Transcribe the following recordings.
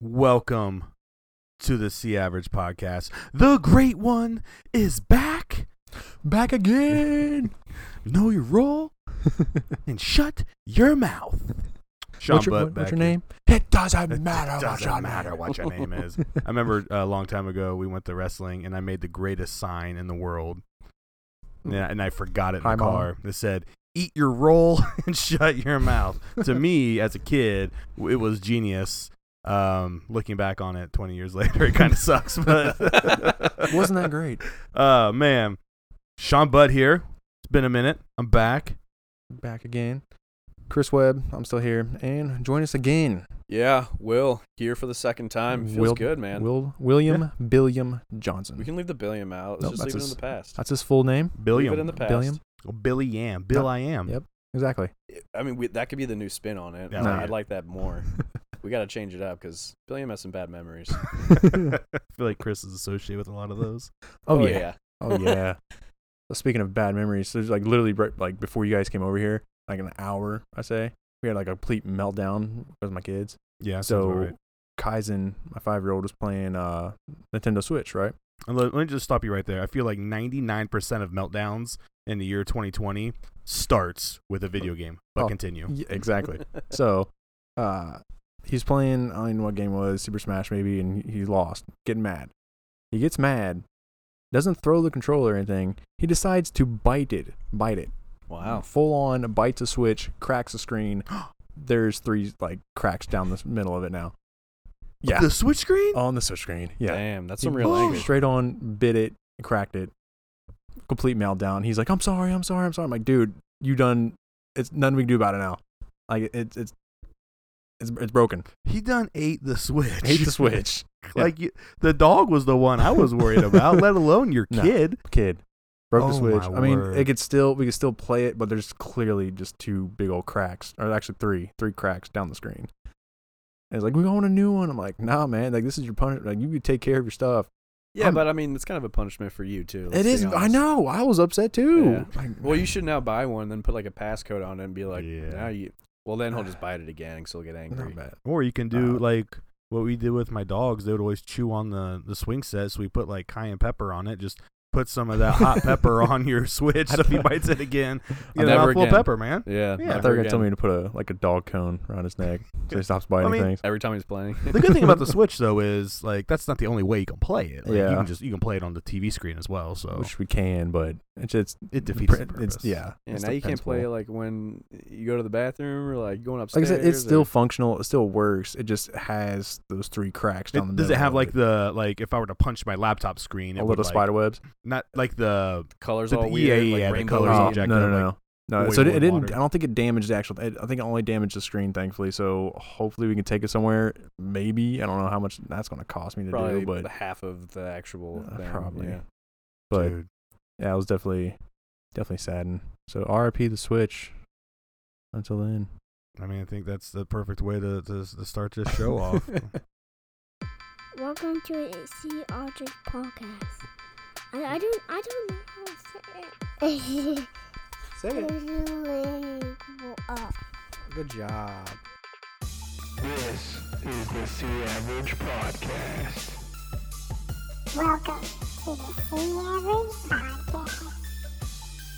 Welcome to the C Average Podcast. The Great One is back. Back again. Know your role and shut your mouth. Sean what's your, Butt what- what's back your here. name? It doesn't It matter. doesn't what's your matter name. what your name is. I remember uh, a long time ago we went to wrestling and I made the greatest sign in the world. Hmm. Yeah, and I forgot it in Hi, the Mom. car. It said, "Eat your roll and shut your mouth." to me, as a kid, it was genius. Um, looking back on it 20 years later, it kind of sucks, but Wasn't that great? Uh, man, Sean Budd here. It's been a minute. I'm back. Back again. Chris Webb, I'm still here, and join us again. Yeah, Will here for the second time feels Will- good, man. Will William Billiam Johnson. we can leave the billion out. Let's Nope, just that's leave it in his- the past. That's his full name. Billiam. Leave it in the past. Billiam? Oh, Billy Yam. Bill I am. Yep. Exactly. I mean, we, that could be the new spin on it. Yeah, I- Nah. I'd like that more. we got to change it up because Billiam has some bad memories. I feel like Chris is associated with a lot of those. Oh, yeah. Oh yeah. Well, Speaking of bad memories, there's like literally right, like before you guys came over here, like an hour, I say, we had like a complete meltdown with my kids. Yeah. sounds so about right. Kaizen, my five year old, was playing uh Nintendo Switch, right? And Let, let me just stop you right there. I feel like 99% of meltdowns in the year 2020 starts with a video game. But Oh. continue. Yeah, exactly. so, uh, he's playing. I don't even know what game it was Super Smash maybe, and he he lost. Getting mad, he gets mad. Doesn't throw the controller or anything. He decides to bite it, bite it. Wow. Full on bites a switch, cracks the screen. There's three like cracks down the middle of it now. Yeah, Oh. The Switch screen? on the switch screen. Yeah, Damn, that's He some real boom, language. Straight on, bit it, cracked it. Complete meltdown. He's like, "I'm sorry, I'm sorry, I'm sorry." I'm like, "Dude, you done? It's nothing we can do about it now. Like, it's it's it's it's broken. He done ate the Switch. Hate the switch, like you, the dog was the one I was worried about, let alone your No. kid. kid. Broke Oh, the switch. my I mean, word. it could still we could still play it, but there's clearly just two big old cracks, or actually three, three cracks down the screen. And it's like, "We want a new one." I'm like, "Nah, man. Like, this is your punishment. Like, you could take care of your stuff." yeah, I'm- but I mean, it's kind of a punishment for you too. It let's be is. I honest. know. I was upset too. Yeah. Like, Well, you should now buy one, then put like a passcode on it and be like, Yeah. now you. Well, then he'll just bite it again and still get angry. not bad. Or you can do Uh, like what we did with my dogs. They would always chew on the, the swing set. So we put like cayenne pepper on it. Just put some of that hot pepper on your Switch. So if he bites it again, you know, Never mouthful of again. pepper, man. Yeah. Yeah, I I thought never you were gonna again. tell me to put a like a dog cone around his neck so he stops biting I mean, things. every time he's playing. The good thing about the Switch though is like that's not the only way you can play it. Like, you Yeah. can just you can play it on the TV screen as well. So Which we can, but it's it's it the defeats pr- the purpose. it's yeah. Yeah, it's now you can't play defensible. like when you go to the bathroom or like going Like I upstairs. said, it's or- still functional. It still works. It just has those three cracks It- down the middle. does it have of like the like if I were to punch my laptop screen, it a would, little like, spider webs? Not like the colors the- all E yeah, weird. yeah, like yeah, the rainbow colors and all no, shit. no, jacked no, up, no. No, way so it, more it didn't. water. I don't think it damaged the actual. It, I think it only damaged the screen, thankfully. So hopefully we can take it somewhere. Maybe I don't know how much that's going to cost me to Probably do, but the half of the actual Uh, thing. probably. Yeah. but dude, yeah, I was definitely definitely saddened. So RIP the Switch. Until then. I mean I think that's the perfect way to, to, to start this show off. Welcome to a Sea Otters podcast. I, I don't I don't know how to say it. Say Bilingual. Good job. This is the C Average Podcast. Welcome to the Sea Otters podcast.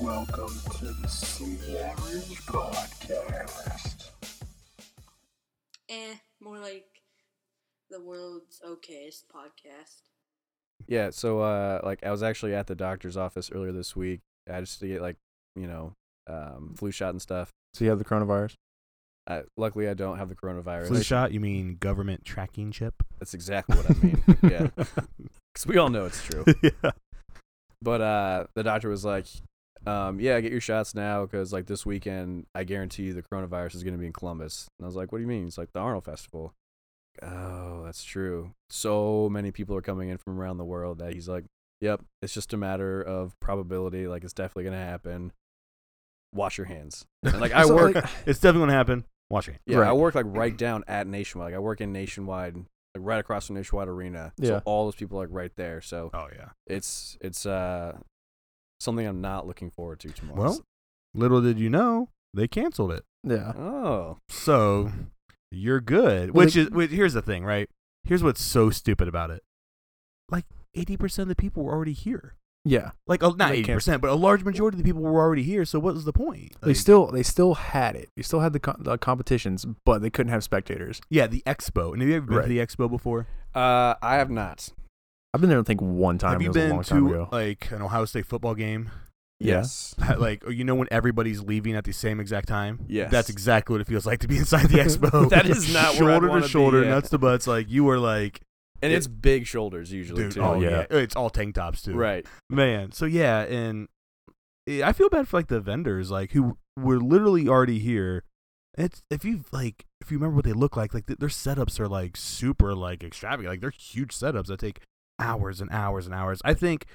Welcome to the C Average Podcast. eh, more like the world's okayest podcast. Yeah. So, uh, like, I was actually at the doctor's office earlier this week. I just to get like, you know, um, flu shot and stuff. So you have the coronavirus? I, luckily, I don't have the coronavirus. Flu shot, you mean government tracking chip? That's exactly what I mean. yeah, because we all know it's true. yeah. But uh, the doctor was like, um, "Yeah, get your shots now because like this weekend, I guarantee you the coronavirus is going to be in Columbus." And I was like, "What do you mean?" It's like the Arnold Festival. Oh, that's true. So many people are coming in from around the world that he's like, "Yep, it's just a matter of probability. Like it's definitely going to happen. Wash your hands." And, like I So, work, like, It's definitely gonna happen. Watch it. yeah, right. I work like right down at Nationwide. Like I work in Nationwide, like right across from Nationwide Arena. Yeah. So all those people are like right there. So Oh yeah. it's it's uh something I'm not looking forward to tomorrow. Well, little did you know, they canceled it. Yeah. Oh. So you're good. Well, which they- is which, here's the thing, right? Here's what's so stupid about it. Like eighty percent of the people were already here. Yeah. Like oh, not They eighty can't- percent, but a large majority of the people were already here. So what was the point? they Like, still they still had it. They still had the, co- the competitions, but they couldn't have spectators. yeah, the expo. And have you ever been Right. to the expo before? Uh, I have not. I've been there, I think, one time. have it you was a been long time to ago. like an Ohio State football game? Yeah. uh, Yes. like or you know when everybody's leaving at the same exact time. Yes. that's exactly what it feels like to be inside the expo. That is not where I'd shoulder wanna to be shoulder, at. nuts to butts. Like you were like, And It- it's big shoulders usually dude, too. oh yeah. yeah. it's all tank tops too. Right. man so yeah and eh, i feel bad for like the vendors like who were literally already here it's if you like if you remember what they look like like th- their setups are like super like extravagant like they're huge setups that take hours and hours and hours i think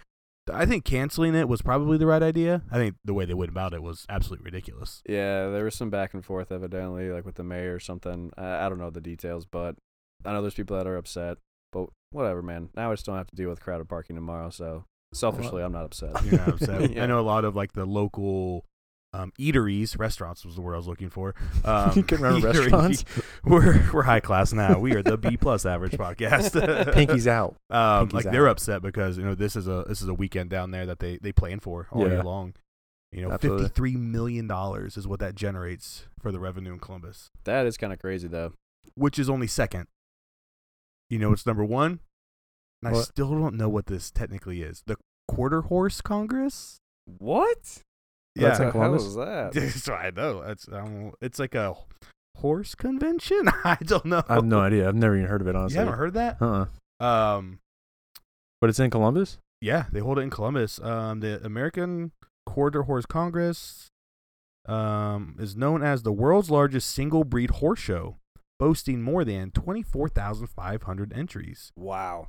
i think canceling it was probably the right idea i think the way they went about it was absolutely ridiculous Yeah, there was some back and forth evidently, like with the mayor or something. I, I don't know the details, but I know there's people that are upset. But whatever, man. Now I just don't have to deal with crowded parking tomorrow. So selfishly, I'm not upset. you know what i'm saying Yeah. i know a lot of like the local um, eateries restaurants was the word i was looking for um, you can remember eatery- restaurants. we're we're high class now. We are the B plus average podcast. Pinky's out. um, Pinky's like they're out. upset because you know this is a this is a weekend down there that they they plan for all Yeah. year long. You know, Absolutely. fifty three million dollars is what that generates for the revenue in Columbus, That is kind of crazy though. which is only second. You know, it's number one. And I Hmm. What? still don't know what this technically is. The Quarter Horse Congress. What? That's Yeah. in Columbus? How is that? so I know it's I don't- it's like a horse convention. I don't know. I have no idea. I've never even heard of it, You honestly. haven't heard that? Uh-uh. Um, But it's in Columbus? Yeah, they hold it in Columbus. Um, the American Quarter Horse Congress um, is known as the world's largest single breed horse show, boasting more than 24,500 entries. Wow.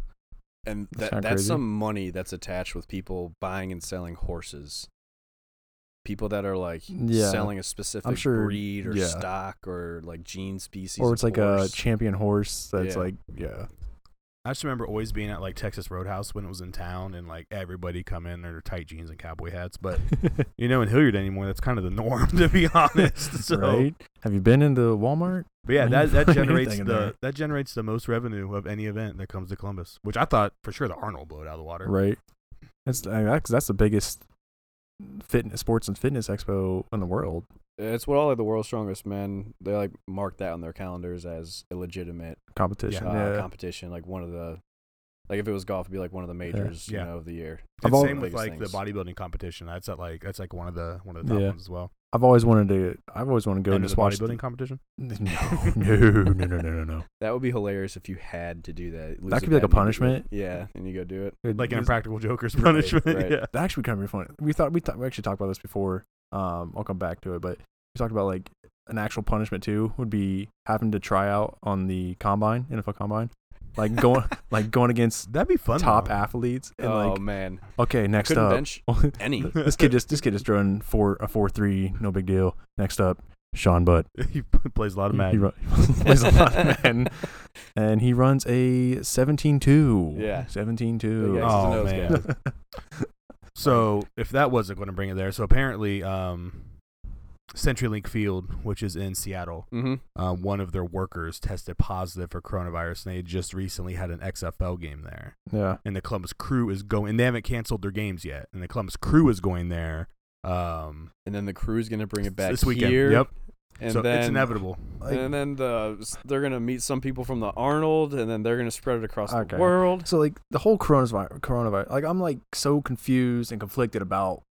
And That's that, kinda that's crazy. some money that's attached with people buying and selling horses. People that are like Yeah. selling a specific sure- breed or yeah. stock or like gene species. or of it's like horse. a champion horse that's Yeah. like, yeah. I just remember always being at like Texas Roadhouse when it was in town and like everybody come in in their tight jeans and cowboy hats. But you know, in Hilliard anymore, that's kind of the norm to be honest. So, right? Have you been into Walmart? but yeah, When that, you that find generates anything the in there. that generates the most revenue of any event that comes to Columbus, which I thought for sure the Arnold blew it out of the water. Right. That's, I mean, that's, that's the biggest fitness, sports and fitness expo in the world. It's what all like the world's strongest men. They like mark that on their calendars as a legitimate Competition. uh, Yeah. competition, like one of the, like if it was golf, it'd be like one of the majors, Yeah. you know, of the year. Dude, I've al- same with Biggest like things. the bodybuilding competition. That's at like that's like one of the one of the top Yeah. ones as well. I've always wanted to, I've always wanted to go Go and into the just watch. bodybuilding competition. No, no, no, no, no, no, no. That would be hilarious if you had to do that. Lose That could be like a bet and you do it. punishment. Yeah, and you go do Like it. an It's- impractical joker's Right, punishment. right. Yeah. that actually kind of be funny. We thought we thought we actually talked about this before. Um, I'll come back to it, but we talked about like an actual punishment too would be having to try out on the combine, NFL combine, like going like going against That'd be fun. top though. Um, athletes and oh like man, okay, next couldn't up, bench any. this kid just this kid just run four a four three, no big deal. Next up, Sean Butt. he p- plays a lot of He- Madden. He, run, plays a lot of Madden, and he runs a 17-2. Yeah. 17-2. Big X's Oh, and O's man. guy. So if that wasn't going to bring it there, so apparently, um, CenturyLink Field, which is in Seattle, Mhm. um, one of their workers tested positive for coronavirus, and they just recently had an XFL game there. yeah. and the Columbus Crew is going. And they haven't canceled their games yet, and the Columbus Crew is going there. Um, And then the crew's gonna bring it back this weekend. here. Yep. And so then it's inevitable. Like- and then the they're gonna meet some people from the Arnold, and then they're gonna spread it across Okay. the world. So like the whole coronavirus, coronavirus, like I'm like so confused and conflicted about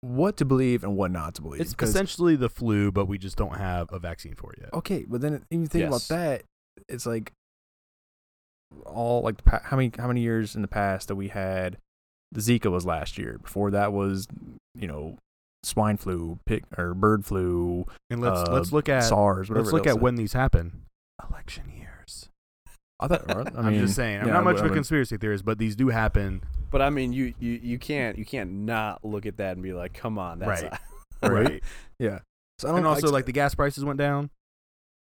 what to believe and what not to believe. It's 'Cause- essentially the flu, but we just don't have a vaccine for it yet. okay, but then even think Yes. about that, it's like all like the pa- how many how many years in the past that we had the Zika was last year. Before that was you know swine flu, pig or bird flu, And let's uh, let's look at SARS. Whatever. let's look else. at when these happen. Election years. I thought. I mean, I am just saying. I'm yeah, not much of a whatever. conspiracy theorist, but these do happen. But I mean, you, you you can't you can't not look at that and be like, come on, that's Right. Right. Yeah. So I don't And also, like, like the gas prices went down,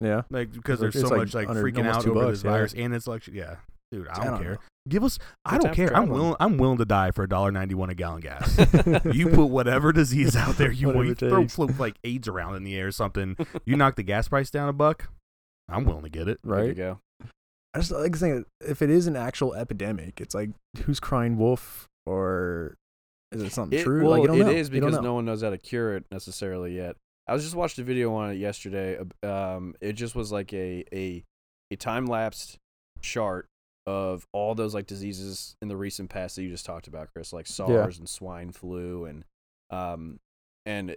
yeah. like because It's there's so like much like under- freaking almost out two over bucks, this yeah. virus and it's election. Yeah, dude, I don't, care. know. Give us. I Good don't time for care. I'm traveling. willing. I'm willing to die for $1.91 a gallon gas. you put whatever disease out there you want. Whatever You it throw takes. float, like AIDS around in the air or something. You knock the gas price down a buck. I'm willing to get it. There you right? go. I just like saying if it is an actual epidemic, it's like who's crying wolf or is it something It- true? Well, like you don't it know. is You don't because know. no one knows how to cure it necessarily yet. I was just watching a video on it yesterday. ab- Um, it just was like a a a time lapsed chart of all those like diseases in the recent past that you just talked about, Chris, like SARS and swine flu, and um, and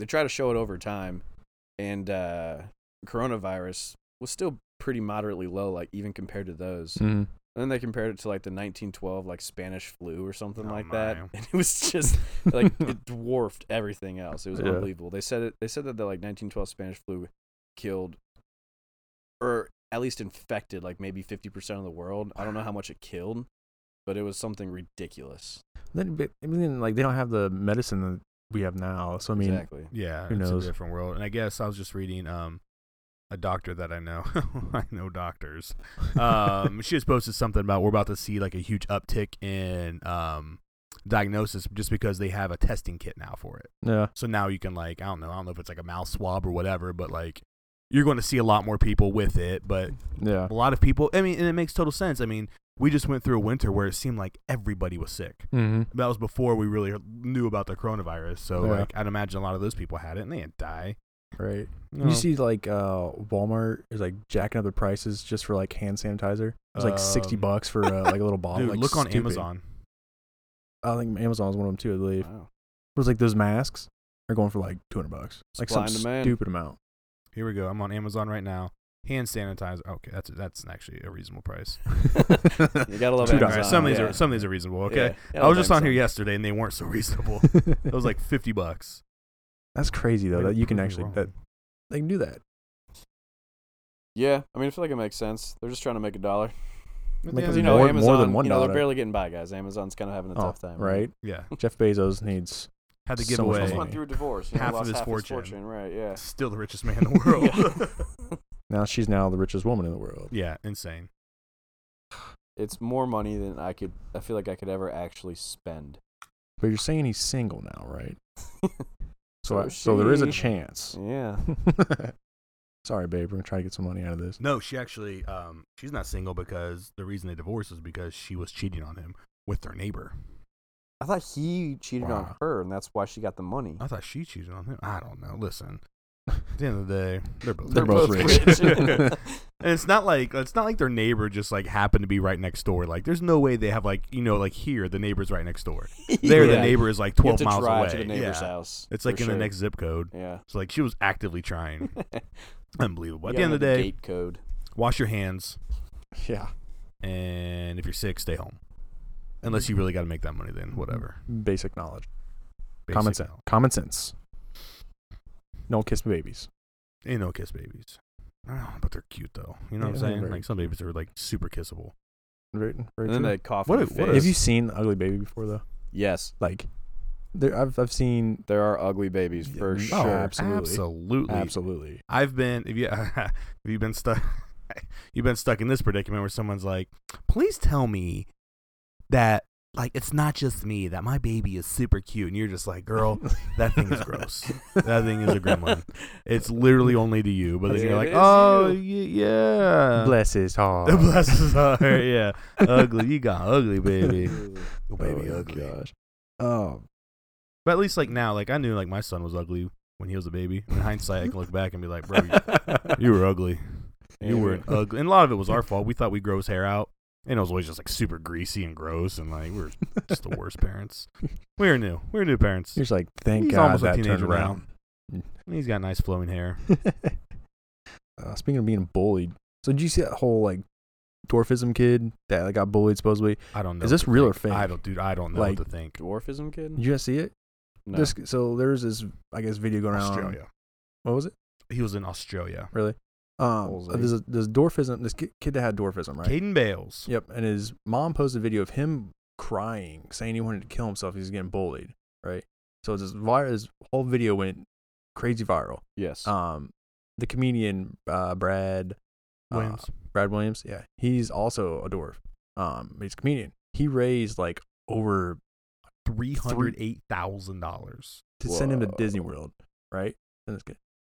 they try to show it over time, and uh, coronavirus was still pretty moderately low, like even compared to those. Mm-hmm. Mhm. And then they compared it to like the 1912 like Spanish flu or something Oh, like my. that, and it was just like it dwarfed everything else. It was Yeah. unbelievable. They said it. They said that the like 1912 Spanish flu killed, or at least infected, like maybe 50 percent of the world. I don't know how much it killed, but it was something ridiculous. Then, but, I mean, like they don't have the medicine that we have now. So I mean, exactly. Yeah, Who it's knows? a different world. And I guess I was just reading um a doctor that I know. I know doctors. uh, Um she just posted something about we're about to see like a huge uptick in um diagnosis just because they have a testing kit now for it. yeah, So now you can like I don't know, I don't know if it's like a mouth swab or whatever, but like you're going to see a lot more people with it, but yeah, a lot of people, I mean, and it makes total sense. I mean, we just went through a winter where it seemed like everybody was sick mm-hmm. that was before we really knew about the coronavirus. So Yeah. like, I'd imagine a lot of those people had it and they didn't die. right. No. You see, like uh, Walmart is like jacking up the prices just for like hand sanitizer. It's like sixty Um, bucks for uh, like a little bottle. dude, like, look on stupid. Amazon. I think Amazon is one of them too. I believe. Wow. It was like those masks are going for like two hundred bucks. Like Supply and some demand. stupid amount. Here we go. I'm on Amazon right now. Hand sanitizer. Okay, that's that's actually a reasonable price. You gotta love Two All right, dollars. Amazon. some of these yeah. are some of these are reasonable. Yeah, Okay, gotta I was love just on here Amazon. yesterday and they weren't so reasonable. It was like fifty bucks. That's crazy though Way to that you can prove me actually wrong. that they can do that. Yeah, I mean, I feel like it makes sense. They're just trying to make a dollar. At Make the end it of Because the you know, more- day- Amazon, more than one you know, dollar. they're barely getting by, guys. Amazon's kind of having a Oh, tough time, right? yeah, Jeff Bezos needs had to So give much away money. Just went through a divorce. You know, Half of lost his half fortune. his fortune. Right? Yeah. still the richest man in the world. now. She's now the richest woman in the world. yeah, insane. it's more money than I could. I feel like I could ever actually spend. But you're saying he's single now, right? So, So I, is so there is a she. chance. yeah. Sorry, babe. We're gonna try to get some money out of this. No, she actually, um, she's not single because the reason they divorced is because she was cheating on him with their neighbor. I thought he cheated on Wow. her, and that's why she got the money. I thought she cheated on him. I don't know. Listen, at the end of the day, they're both They're both rich. and it's not like it's not like their neighbor just like happened to be right next door. Like, there's no way they have like you know like here the neighbor's right next door. There the Yeah. neighbor is like You 12 have to miles drive away. to the neighbor's yeah. house. It's like for in the sure. next zip code. Yeah. It's like she was actively trying. Unbelievable. At You the gotta end know of the day, gate code. wash your hands, Yeah, and if you're sick, stay home. Unless you really got to make that money, then whatever. basic knowledge, Mm-hmm. common Basic sense, common sense. Don't kiss my babies. Ain't no kiss babies. I don't know, but they're cute though. You know what I'm Yeah, they're saying? very Like some babies are like super kissable. Very, very And then true. they cough What in a- your what a- face. Have you seen the Ugly Baby before though? yes, Like, there I've I've seen there are ugly babies Yeah, for no. sure. Oh, absolutely. absolutely. absolutely. I've been if you if you've been stuck you've been stuck in this predicament where someone's like, please tell me that like it's not just me that my baby is super cute and you're just like, girl, that thing is gross. That thing is a gremlin. It's literally only to you. But then Yeah, you're it like, is oh you." y- yeah, Bless his heart. Uh, bless his heart. Yeah, ugly. You got ugly, baby. Your baby oh, ugly. Gosh. Oh, But at least like now, like I knew like my son was ugly when he was a baby. In hindsight, I can look back and be like, bro, you, you were ugly. You were an ugly. And a lot of it was our fault. We thought we grow his hair out, and it was always just like super greasy and gross, and like we were just the worst parents. We were new. We were new parents. You're just like, thank He's God almost a that teenager turned now. around. And he's got nice flowing hair. uh, speaking of being bullied, so did you see that whole like dwarfism kid that like, got bullied supposedly? I don't know. Is what this to real think. or fake? I don't, dude. I don't know Like- what to think. Dwarfism kid? Did you guys see it? no. This, so there's this, I guess, video going around. Australia. What was it? He was in Australia. Really? Um, Bullseye. there's, a, there's dwarfism. This ki- kid that had dwarfism, right? Caden Bales. Yep. And his mom posted a video of him crying, saying he wanted to kill himself. He's getting bullied, right? So this, vir- this whole video went crazy viral. yes. Um, the comedian uh, Brad uh, Williams. Brad Williams, yeah, he's also a dwarf. Um, he's a comedian. He raised like over Three hundred eight thousand dollars. to send him to Disney Whoa. World, right? And it's good.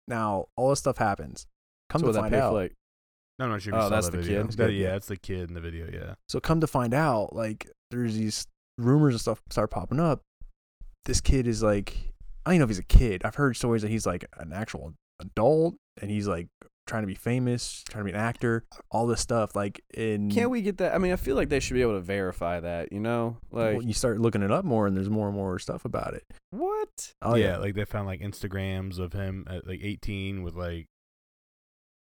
Now all this stuff happens. Come to So what, that find pay out, for like I'm not sure. If you Oh, saw that's that the video. kid? That- Yeah. yeah, that's the kid in the video. Yeah. So come to find out, like there's these rumors and stuff start popping up. This kid is like, I don't know if he's a kid. I've heard stories that he's like an actual adult, and he's like trying to be famous, trying to be an actor, all this stuff. Like in Can't we get that? I mean, I feel like they should be able to verify that, you know? Like, well, you start looking it up more, and there's more and more stuff about it. what? Oh yeah, like they found like Instagrams of him at like 18 with like.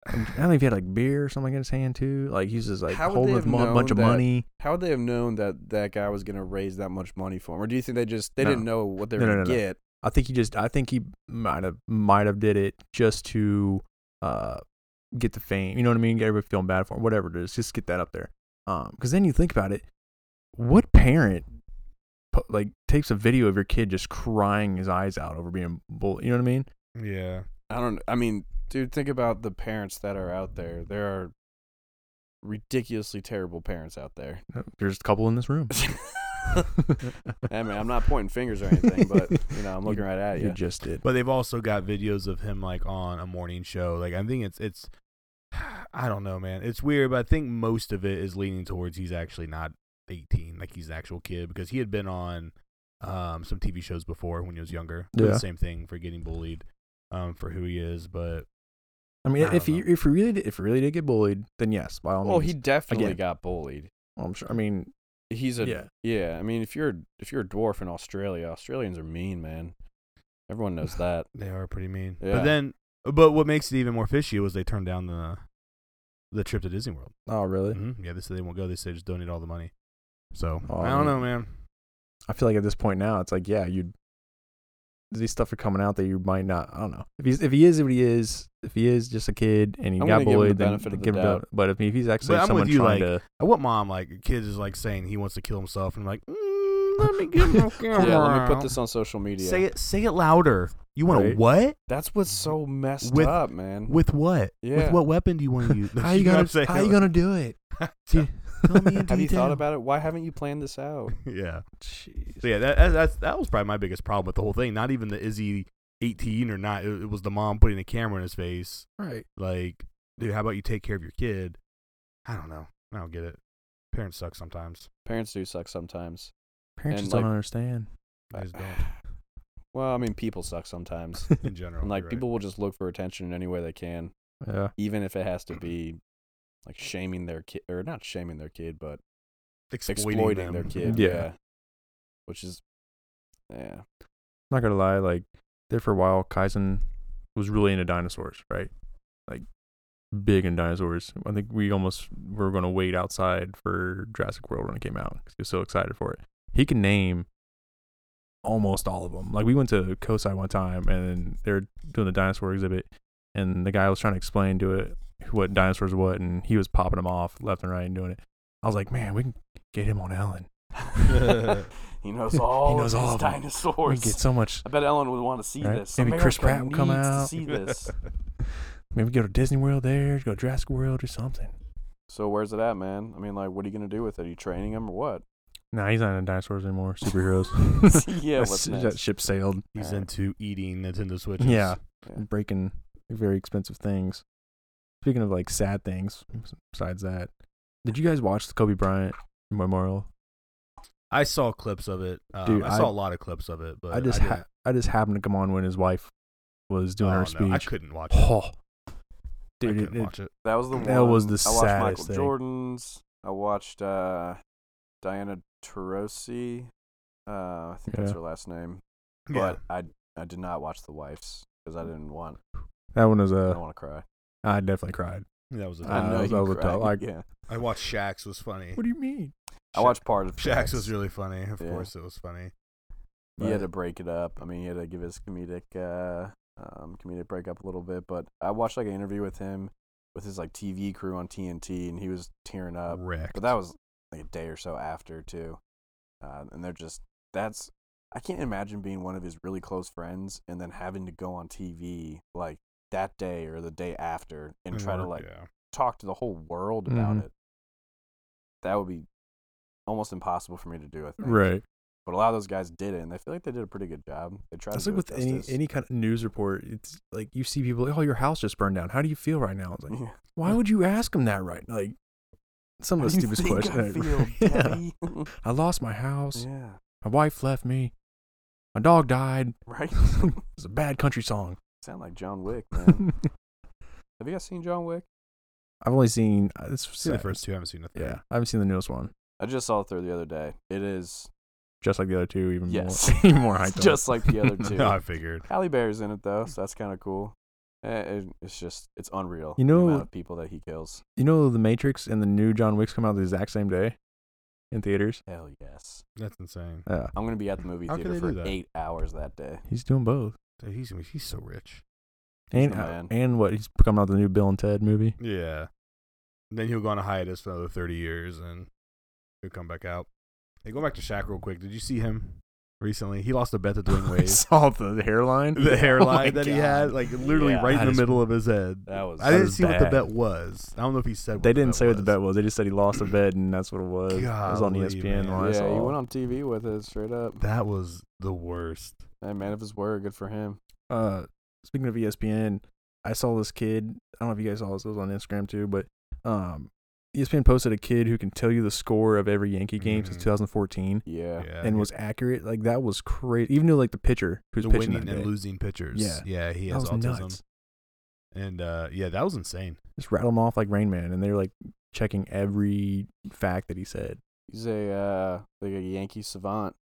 I don't know if he had like beer or something in his hand too. Like he's just like How would they holding a have mu- bunch of known that- money. How would they have known that that guy was going to raise that much money for him? Or do you think they just, they No. didn't know what they were No, no, going no, to no. get? I think he just I think he might have might have did it just to uh get the fame. You know what I mean? Get everybody feeling bad for him, whatever it is. Just get that up there. Um, because then you think about it, what parent pu- like takes a video of your kid just crying his eyes out over being bullied? You know what I mean? Yeah. I don't, I mean, dude, think about the parents that are out there. There are ridiculously terrible parents out there. There's a couple in this room. I mean, I'm not pointing fingers or anything, but, you know, I'm looking right at You you. just did. But they've also got videos of him like on a morning show. Like I think it's it's I don't know, man. It's weird, but I think most of it is leaning towards he's actually not 18, like he's an actual kid because he had been on um some TV shows before when he was younger. Did Yeah. The same thing for getting bullied um for who he is, but I mean, I if don't you if you really did, if you really did get bullied, then yes, by all Well, he means. definitely Again. got bullied. I'm sure. I mean, He's a Yeah. yeah. I mean, if you're if you're a dwarf in Australia, Australians are mean, man. Everyone knows that. they are pretty mean. Yeah. But then but what makes it even more fishy was they turned down the the trip to Disney World. oh really? hmm Yeah, they said they won't go. They said just donate all the money. So Oh, I don't man. know, man. I feel like at this point now, it's like, yeah, you these stuff are coming out that you might not. I don't know if he's if he is what he is. If he is just a kid and he I'm got gonna give him the bullied, then benefit of the give him doubt. But if, if he's But actually I'm with someone you, trying like- to, What mom like a kid is like saying he wants to kill himself, and I'm like, mm, let me get my camera. Yeah, let me put out." this on social media. Say it, say it louder. You want to Right. what? That's what's so messed With- up, man. With what? Mm-hmm. Yeah. With what weapon do you want to use? how you know what gonna I'm saying? how you gonna do it? Do- tell me in Have you detail. thought about it? Why haven't you planned this out? yeah. Jeez. So yeah, that that- that's that was probably my biggest problem with the whole thing. Not even the is he 18 or not. It, it was the mom putting the camera in his face. Right. Like, dude, how about you take care of your kid? I don't know. I don't get it. Parents suck sometimes. Parents do suck sometimes. Parents And, just don't like- understand. I just don't. Well, I mean, people suck sometimes. In general, and like you're right. people will just look for attention in any way they can, Yeah. even if it has to be like shaming their kid or not shaming their kid, but exploiting, their them. kid. Yeah. Yeah. Which is yeah. not gonna lie, like there for a while, Kaizen was really into dinosaurs, right? Like big in dinosaurs. I think we almost were gonna wait outside for Jurassic World when it came out 'cause he was so excited for it. He can name almost all of them. Like we went to Kosai one time and they were doing the dinosaur exhibit, and the guy was trying to explain to it what dinosaurs were what, and he was popping them off left and right and doing it. I was like, man, we can get him on Ellen. he knows all knows of all of 'em. his We dinosaurs. can get so much. I bet Ellen would want to see Right? this. Maybe Chris America Pratt will come needs to out. see this. Maybe go to Disney World there, go to Jurassic World or something. so where's it at, man? I mean, like, what are you gonna do with it? Are you training him or what? Nah, he's not into dinosaurs anymore. Superheroes. yeah, That's- what's that, next? ship sailed, He's Alright. into eating Nintendo Switches. Yeah. Yeah. breaking very expensive things. Speaking of like sad things, besides that, did you guys watch the Kobe Bryant memorial? I saw clips of it. Um, Dude, I, I- saw a lot of clips of it, but I just didn't- ha- I just happened to come on when his wife was doing oh, her no, I speech. couldn't watch it. oh, dude, I it, couldn't it- watch it. That was the That was one. the I watched Michael saddest thing. Jordan's. I watched uh, Diana Taurasi. Uh, I think that's Yeah. her last name. Yeah. But I I did not watch the wife's because I didn't want that one was I a. don't want to cry. I definitely cried. That was a Uh, I know that you was cried. tough. Like- yeah. I watched Shaq's was funny. What do you mean? I watched part of Shaq's was really funny. Of Yeah. course, it was funny. he had But- to break it up. I mean, he had to give his comedic uh, um, comedic break up a little bit. But I watched like an interview with him with his like TV crew on TNT, and he was tearing up. Wrecked. Uh, But that was like a day or so after too, uh, and they're just that's I can't imagine being one of his really close friends and then having to go on TV like that day or the day after and try to were- like yeah. talk to the whole world about Mhm. it. That would be almost impossible for me to do. I think. Right. But a lot of those guys did it, and I feel like they did a pretty good job. They tried. That's to like do with it any justice. any kind of news report. It's like you see people, oh, your house just burned down. How do you feel right now? It's like, Yeah. why would you ask them that right? Like some How of the do you stupidest think question. I feel, yeah. Debbie? I lost my house. yeah. My wife left me. My dog died. Right. It's a bad country song. Sound like John Wick, man. I've Have you guys seen John Wick? only seen uh, this I've seen the first two. I haven't seen the third. Yeah, I haven't seen the newest one. I just saw it through the other day. It is Just like the other two, even Yes. more, even more hyped. up. just like the other two. No, I figured. Halle Berry's in it though, so that's kind of cool. Eh, it- it's just it's unreal. You the know- amount of people that he kills. you know, The Matrix and the new John Wick's come out the exact same day in theaters. Hell yes. That's insane. Yeah, I'm gonna be at the movie How can theater they do for that? eight hours that day. he's doing both. Dude, he's gonna be- he's so rich. And the man. and what he's coming out with the new Bill and Ted movie. Yeah. And then he'll go on a hiatus for another thirty years, and he'll come back out. Hey, go back to Shaq real quick. Did you see him recently? He lost a bet to Dwayne I Wade. saw the hairline. Oh the hairline my that he had, God. like literally Yeah, right in that the is- middle of his head. That was I didn't is see what the bad. bet was. I don't know if he said. What They the didn't bet say what the was. bet was. They just said he lost a bet, and that's what it was. it was on E Golly, ESPN. man. When I yeah, saw. he went on TV with it straight up. That was the worst. Hey, man of his word, good for him. uh speaking of ESPN, I saw this kid. I don't know if you guys saw this. It was on Instagram too, but um, ESPN posted a kid who can tell you the score of every Yankee game Mhm. since 2014 Yeah. Yeah, and was accurate. Like that was crazy. Even though like the pitcher who's the pitching winning that day, and losing pitchers. Yeah. yeah, he That has was autism. nuts. And uh, yeah, that was insane. just rattle them off like Rain Man, and they're like checking every fact that he said. He's a uh, like a Yankee savant.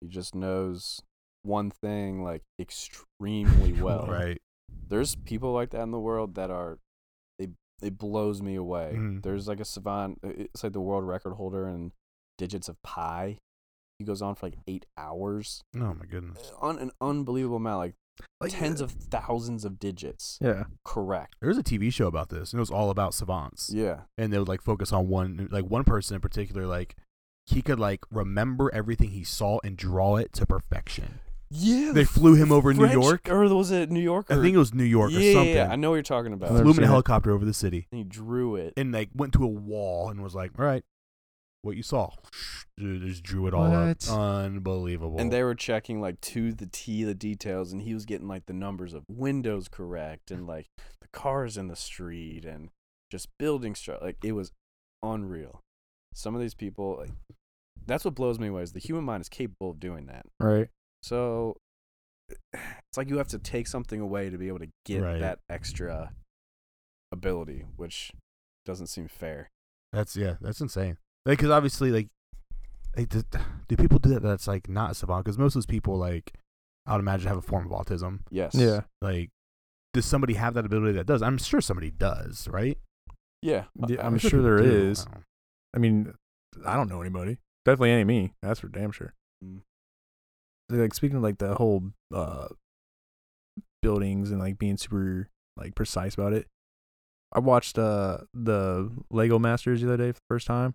He just knows one thing like extremely Oh. well. Right. There's people like that in the world that are they it blows me away. Mhm. There's like a savant. i- It's like the world record holder in digits of pi. He goes on for like eight hours. eh, Oh my goodness. On an unbelievable amount, like, Like tens of thousands of digits. yeah. Correct. There was a TV show about this, and it was all about savants. Yeah. And they would like focus on one, like one person in particular. Like he could like remember everything he saw and draw it to perfection. Yeah. They flew him over New French- York. or was it New York? I or- think it was New York yeah, or something. Yeah, I know what you're talking about. I've never Flew him in seen a it. helicopter over the city and he drew it. and like went to a wall and was like, "All right, what you saw." Dude, just drew it all up. What? Unbelievable. And they were checking like to the T the details, and he was getting like the numbers of windows correct, and like the cars in the street, and just building stru Like it was unreal. Some of these people, like, that's what blows me away. Is the human mind is capable of doing that. Right. So it's like you have to take something away to be able to get Right. that extra ability, which doesn't seem fair. That's yeah, that's insane. Like, because obviously, like, like do, do people do that? That's like not a savant. Because most of those people, like, I would imagine have a form of autism. Yes. Yeah. Like, does somebody have that ability that does? I'm sure somebody does, right? Yeah. Uh, Yeah, I'm I'm sure there people do. is. I don't know. I mean, I don't know anybody. Definitely ain't me. That's for damn sure. Mm. Like speaking of like the whole uh buildings and like being super like precise about it. I watched uh the Lego Masters the other day for the first time.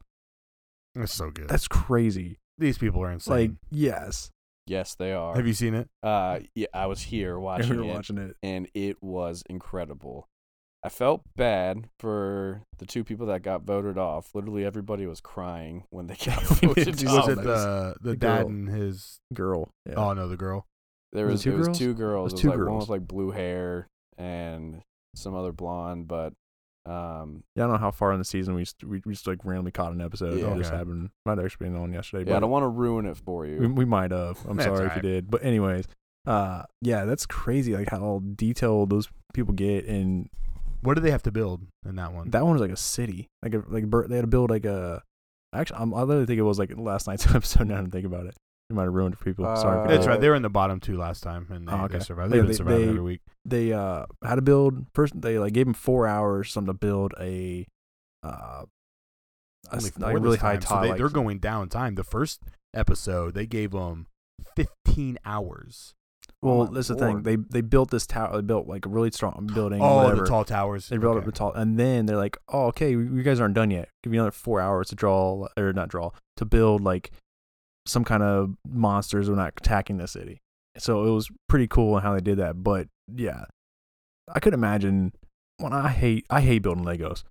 That's so good. That's crazy. These people are insane. Like yes, Yes, they are. have you seen it? Uh, yeah, I was here I watching we it, were watching it. and it was incredible. I felt bad for the two people that got voted off. Literally, everybody was crying when they got voted Dude, oh, was off. it uh, that the the the dad girl. and his? Girl. Yeah. Oh no, the girl. There Was it two was, it was girls? two girls. It was It was, two like one girls. with like blue hair and some other blonde, but um, yeah, I don't know how far in the season we just, we we just like randomly caught an episode. Yeah. It just Okay. happened. Might have actually been on yesterday. yeah, I but don't want to ruin it for you. We, we might have. I'm That's sorry if alright. you did. But anyways, uh, yeah, that's crazy. Like how detailed those people get, and What do they have to build in that one? that one was like a city, like a like bur- they had to build like a. Actually, I'm, I literally think it was like last night's episode. Now that I think about it, it might have ruined for people. sorry, for That's that. right. They were in the bottom two last time, and they, uh, Oh, okay. they survived. Yeah, They've been they- surviving they- every week. They uh had to build first. They like gave them four hours something to build a, uh, a, Only s- like four really this high time, so tile. they, like, are going down time. The first episode, they gave them 15 hours. well, Oh my that's the thing. lord. They they built this tower. They built like a really strong building. All whatever. Oh, the tall towers. They built Okay. up the tall, and then they're like, "Oh, okay, we- you guys aren't done yet. Give me another four hours to draw, or not draw, to build like some kind of monsters when not attacking the city." So it was pretty cool how they did that. But yeah, I could imagine. When I hate, I hate building Legos.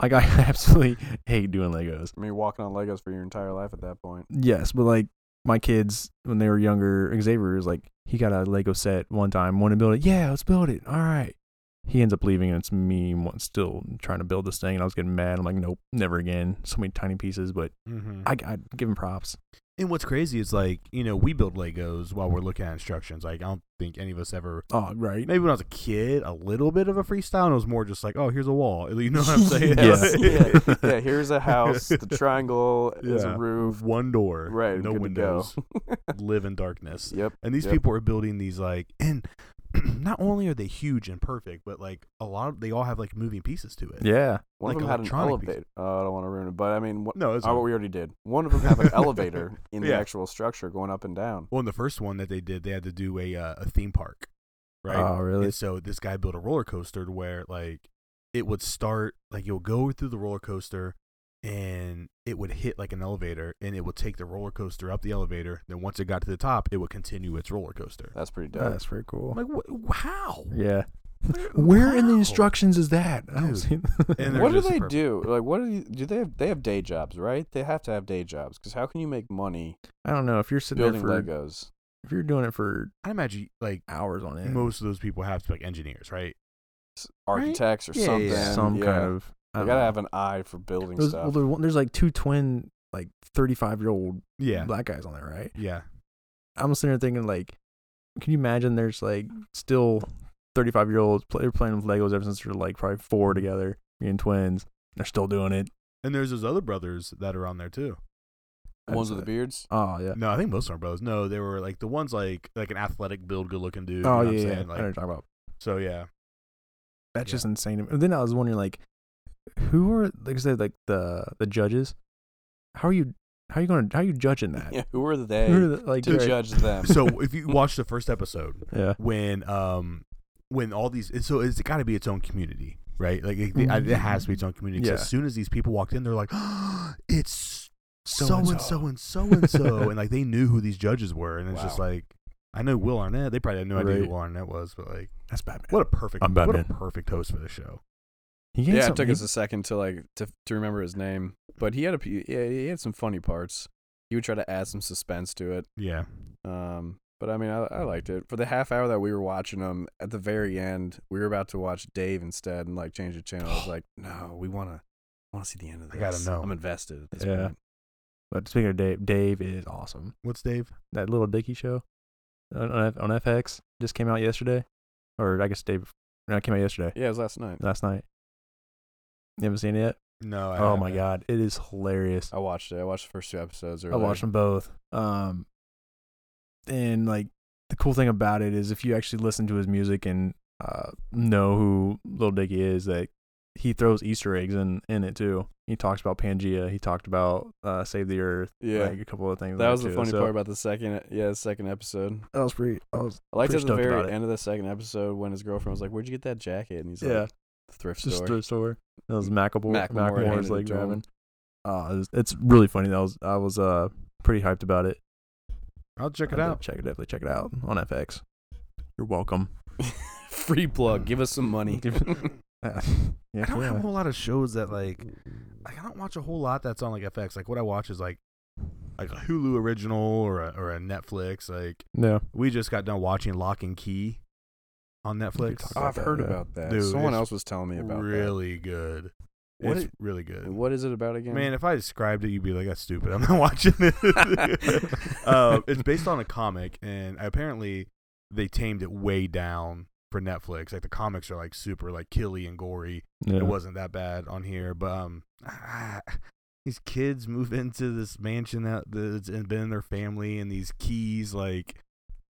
like I absolutely hate doing Legos. I mean, walking on Legos for your entire life at that point. Yes, but like my kids when they were younger, Xavier was like he got a Lego set one time, wanted to build it. Yeah, let's build it. All right. He ends up leaving, and it's me wa- still trying to build this thing, and I was getting mad. I'm like, nope, never again. So many tiny pieces, but Mm-hmm. I, I give him props. And what's crazy is like you know we build Legos while we're looking at instructions. Like I don't think any of us ever. Oh, right. Maybe when I was a kid, a little bit of a freestyle. And it was more just like, oh, here's a wall. You know what I'm saying? Yes. Like- Yeah. Yeah, here's a house. The triangle is Yeah. a roof. One door. Right, No good to go. windows. live in darkness. Yep. And these Yep. people are building these like and not only are they huge and perfect, but like a lot of they all have like moving pieces to it. Yeah. One Like of them had an electronic piece. elevator. Oh, I don't want to ruin it, but I mean, what, No, it's oh, all- what we already did. One of them have an elevator in the Yeah. actual structure going up and down. well, in the first one that they did, they had to do a uh, a theme park, right? Oh, really? And so this guy built a roller coaster to where like it would start like it would go through the roller coaster and it would hit like an elevator and it would take the roller coaster up the elevator. Then once it got to the top, it would continue its roller coaster. That's pretty dope. That's pretty cool. I'm like, wh- how? Yeah. Where in the Wow. instructions is that? I don't Dude. see. And they're what do just they perfect. do? Like, what do you, do they have? They have day jobs, right? They have to have day jobs because how can you make money I don't know if you're sitting building there for Legos? if you're doing it for I imagine like hours on end, most of those people have to be like engineers, right? S- Architects or Yeah, something. yeah, yeah. some yeah. kind of. I You don't gotta know. have an eye for building There's, well, stuff. there, one- there's like two twin, like 35 year old Yeah. black guys on there, right? Yeah. I'm sitting there thinking, like, can you imagine there's like still 35 year olds play, they're playing with Legos ever since they're like probably four Mm-hmm. together, being twins. They're still doing it. And there's those other brothers that are on there too. The Ones with the beard. beards. Oh, yeah. No, I think most of them are brothers. No, they were like the ones like like an athletic build good looking dude. you know oh, what I'm yeah. yeah. saying? I know what you're Like, talking about. so yeah. That's Yeah. just insane. to me. And then I was wondering, like, who are, like I said, like the the judges? How are you, how are you going to, how are you judging that? Yeah, who are they Who are the, like, to right. judge them? So if you watch the first episode yeah. when um when all these and so it's got to be its own community, right? Like it, it- it has to be its own community. 'cause Yeah. As soon as these people walked in, they're like, it's so So-and-so. and so and so and so, and like they knew who these judges were, and it's just Wow. like I know Will Arnett. They probably had no idea who Right. Will Arnett was, but like. That's Batman. What a perfect, I'm what a Batman. perfect host for the show. He gained yeah, it something- took he- us a second to like to, to remember his name, but he had a p- yeah, he had some funny parts. He would try to add some suspense to it. Yeah, Um, but I mean, I, I liked it. For the half hour that we were watching them, at the very end, we were about to watch Dave instead and like change the channel. I was like, no, we want to want to see the end of I this. gotta know. I'm invested. At this Yeah. Point. But speaking of Dave, Dave is awesome. what's Dave? That little Dicky show on, on F- on FX just came out yesterday, or I guess day bef- no, it came out yesterday, Yeah, it was last night. last night. You haven't seen it yet? No, I oh my haven't. god, it is hilarious. I watched it. I watched the first two episodes. I Earlier. watched them both. Um, and like the cool thing about it is if you actually listen to his music and uh, know who Little Dicky is, that he throws Easter eggs in in it too. He talks about Pangea. He talked about uh, Save the Earth. Yeah. like a couple of things. that like was the too. funny So- part about the second, e, yeah, the second episode. That was pretty. That was I liked Pretty at the stoked about very it. end of the second episode when his girlfriend was like, "Where'd you get that jacket?" And he's Yeah. like, "The thrift just store." thrift store. That was Macklemore. Macklemore Macklemore's handed it like to him. driving. Uh, it was- it's really funny. That was I was uh pretty hyped about it. I'll check it I'd out. Check it definitely check it out on FX. You're welcome. Free plug. Give us some money. Give- yeah, I don't have a yeah. whole lot of shows that like, like I don't watch a whole lot that's on like FX. Like what I watch is like, like a Hulu original or a, or a Netflix. Like No. we just got done watching Lock and Key on Netflix. talked Oh, I've about heard that, yeah. about that. Dude, Someone it's else was telling me about really good. What it's it- really that. good. What is it about again? Man, if I described it, you'd be like, "That's stupid. I'm not watching it." uh, it's based on a comic, and apparently they tamed it way down for Netflix. Like the comics are like super like killy and gory. Yeah. It wasn't that bad on here, but um, these kids move into this mansion that that's been in their family, and these keys like.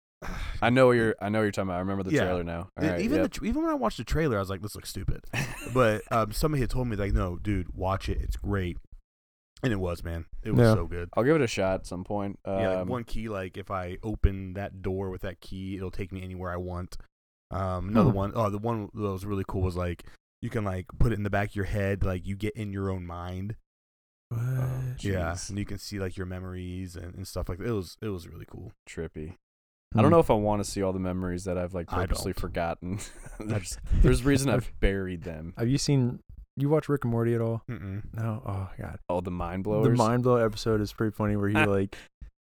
I know what you're. I know what you're talking about. I remember the Yeah. trailer now. All E- right, even yep. the tr even when I watched the trailer, I was like, "This looks stupid," but um, somebody had told me like, "No, dude, watch it. It's great," and it was, man. It was Yeah. so good. I'll give it a shot at some point. Um, yeah, like one key. Like if I open that door with that key, it'll take me anywhere I want. Um, another Hmm. one oh the one that was really cool was like you can like put it in the back of your head, like you get in your own mind. What? Uh, Yeah, oh, Jeez. and you can see like your memories and, and stuff like that. It was it was really cool. trippy. I don't know if I want to see all the memories that I've like Hmm. I purposely don't. forgotten. there's That's there's a reason I've buried them. Have you seen you watch Rick and Morty at all? Mm-mm. No. Oh God. Oh, the mind blowers. The mind blow episode is pretty funny where he like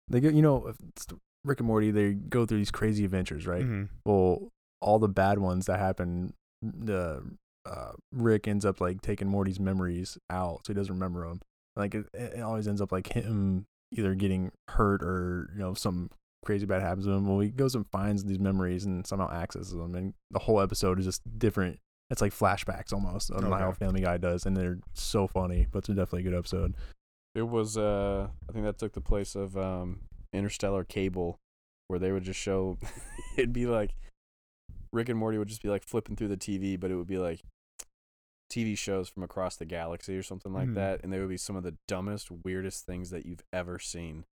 they go. You know, it's Rick and Morty they go through these crazy adventures, right? Mhm. Well, all the bad ones that happen, the uh, Rick ends up like taking Morty's memories out, so he doesn't remember them. Like it, it always ends up like him either getting hurt or you know some crazy bad happens to him. Well, he goes and finds these memories and somehow accesses them, and the whole episode is just different. It's like flashbacks almost of how Okay. Family Guy does, and they're so funny. But it's definitely a good episode. It was uh I think that took the place of um Interstellar Cable where they would just show it'd be like Rick and Morty would just be like flipping through the TV but it would be like TV shows from across the galaxy or something like Hmm. that and they would be some of the dumbest weirdest things that you've ever seen.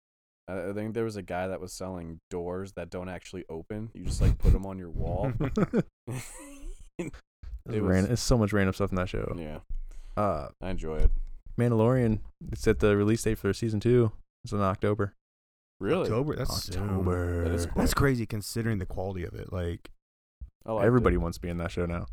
I I think there was a guy that was selling doors that don't actually open. You just like put them on your wall. It's It was- ran- it's so much random stuff in that show. yeah, Uh, I enjoy it. Mandalorian. It's at the release date for season two. It's in October. Really? October. That's soon. That is That's quick. crazy considering the quality of it. Like, I liked it. Everybody wants to be in that show now.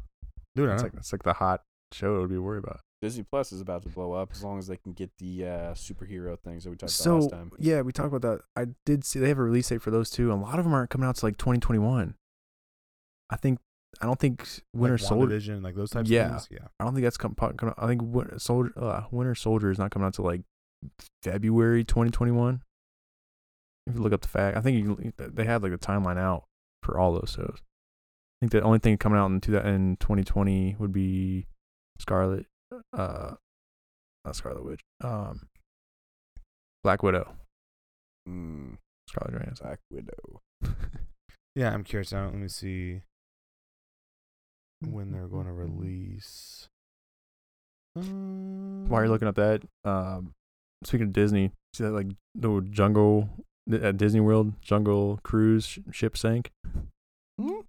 dude, I It's don't- like it's like the hot show to be worried about. Disney Plus is about to blow up as long as they can get the uh, superhero things that we talked so about last time. yeah, we talked about that. I did see they have a release date for those two. and A lot of them aren't coming out to like 2021. I think I don't think Winter like Soldier. WandaVision, like those types Yeah. of things. Yeah. I don't think that's com- po- coming. out- I think Winter Soldier. Uh, Winter Soldier is not coming out to like February 2021. If you look up the fact, I think you, they had like the timeline out for all those shows. I think the only thing coming out in, two, in 2020 would be Scarlet, uh, not Scarlet Witch, um, Black Widow. Mm, Scarlett Johansson. Black Widow. Yeah, I'm curious. Now, let me see when they're going to release. While you're looking up that, um, speaking of Disney, see that like the jungle at Disney World, jungle cruise sh- ship sank.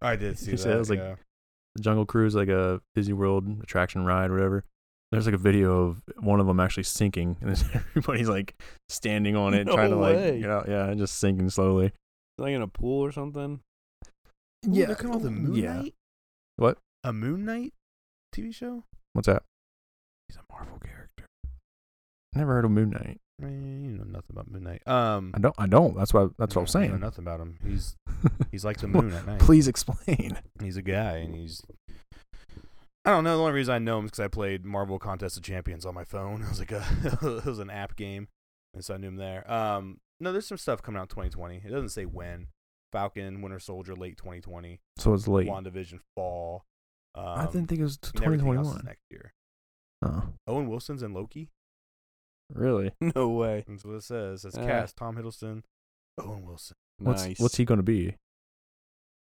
I did see You that. said it was like- yeah. The jungle cruise, like a Disney World attraction ride, or whatever. There's like a video of one of them actually sinking, and everybody's like standing on it, No trying to way. like get out, yeah, and just sinking slowly. Like in a pool or something. Ooh, They're coming out with a Moon yeah. Knight. What? A Moon Knight TV show? What's that? He's a Marvel character. Never heard of Moon Knight. Man, you know nothing about Moon Knight. Um, I don't. I don't. That's what. I- That's what I'm no, you know saying. nothing about him. He's he's like the moon at night. Please explain. He's a guy, and he's. I don't know. The only reason I know him is because I played Marvel Contest of Champions on my phone. It was like a, it was an app game, and so I knew him there. Um, no, there's some stuff coming out in 2020. It doesn't say when. Falcon, Winter Soldier, late 2020. So it's late. WandaVision, fall. Um, I didn't think it was and everything else is 2021. next year. Oh, Owen Wilson's in Loki. really? No way. That's what it says. It's Ah. cast Tom Hiddleston, Owen Wilson. What's nice. what's he going to be?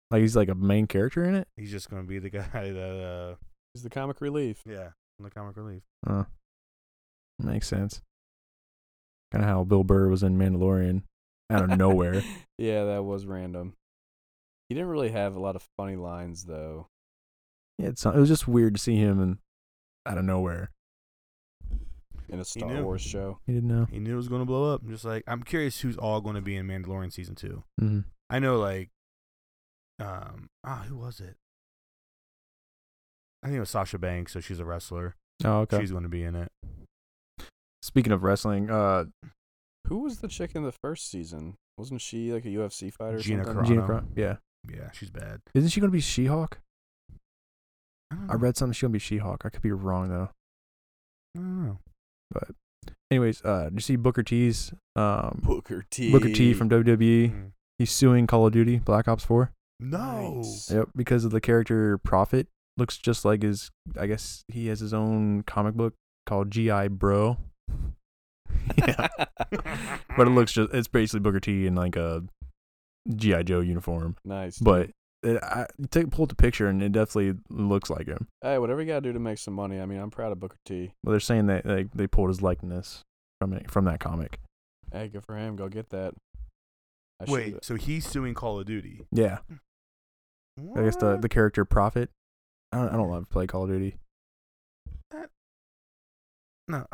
Like he's like a main character in it. He's just gonna be the guy that, uh, He's the comic relief. yeah, in the comic relief. Huh. Makes sense. Kind of how Bill Burr was in Mandalorian out of nowhere. yeah, that was random. He didn't really have a lot of funny lines though. Yeah, it's not, it was just weird to see him and out of nowhere. In a Star knew. Wars show. He didn't know. He knew it was gonna blow up. I'm just like, I'm curious who's all gonna be in Mandalorian season two. hmm I know, like, um, ah, who was it? I think it was Sasha Banks, so she's a wrestler. Oh, okay. She's gonna be in it. Speaking of wrestling, uh, Who was the chick in the first season? Wasn't she like a UFC fighter? Or Gina something? Carano. Gina Carano. Yeah, Yeah, she's bad. isn't she going to be She-Hulk? don't I know. read something she's going to be She-Hulk. I could be wrong though. I don't know. Anyways, uh, did you see Booker T's um Booker T. Booker T from WWE? Mm. He's suing Call of Duty Black Ops Four. No. Nice. Yep, because of the character Prophet looks just like his. I guess he has his own comic book called GI Bro. yeah, but it looks just. It's basically Booker T in like a GI Joe uniform, nice. but. It, I take pull up the picture and it definitely looks like him. hey, whatever you gotta do to make some money. I mean, I'm proud of Booker T. But they're saying that like they pulled his likeness from it from that comic. Hey, good for him. Go get that. I should- Wait, so he's suing Call of Duty? Yeah, I guess the What? the character Prophet. I don't I don't love to play Call of Duty. no,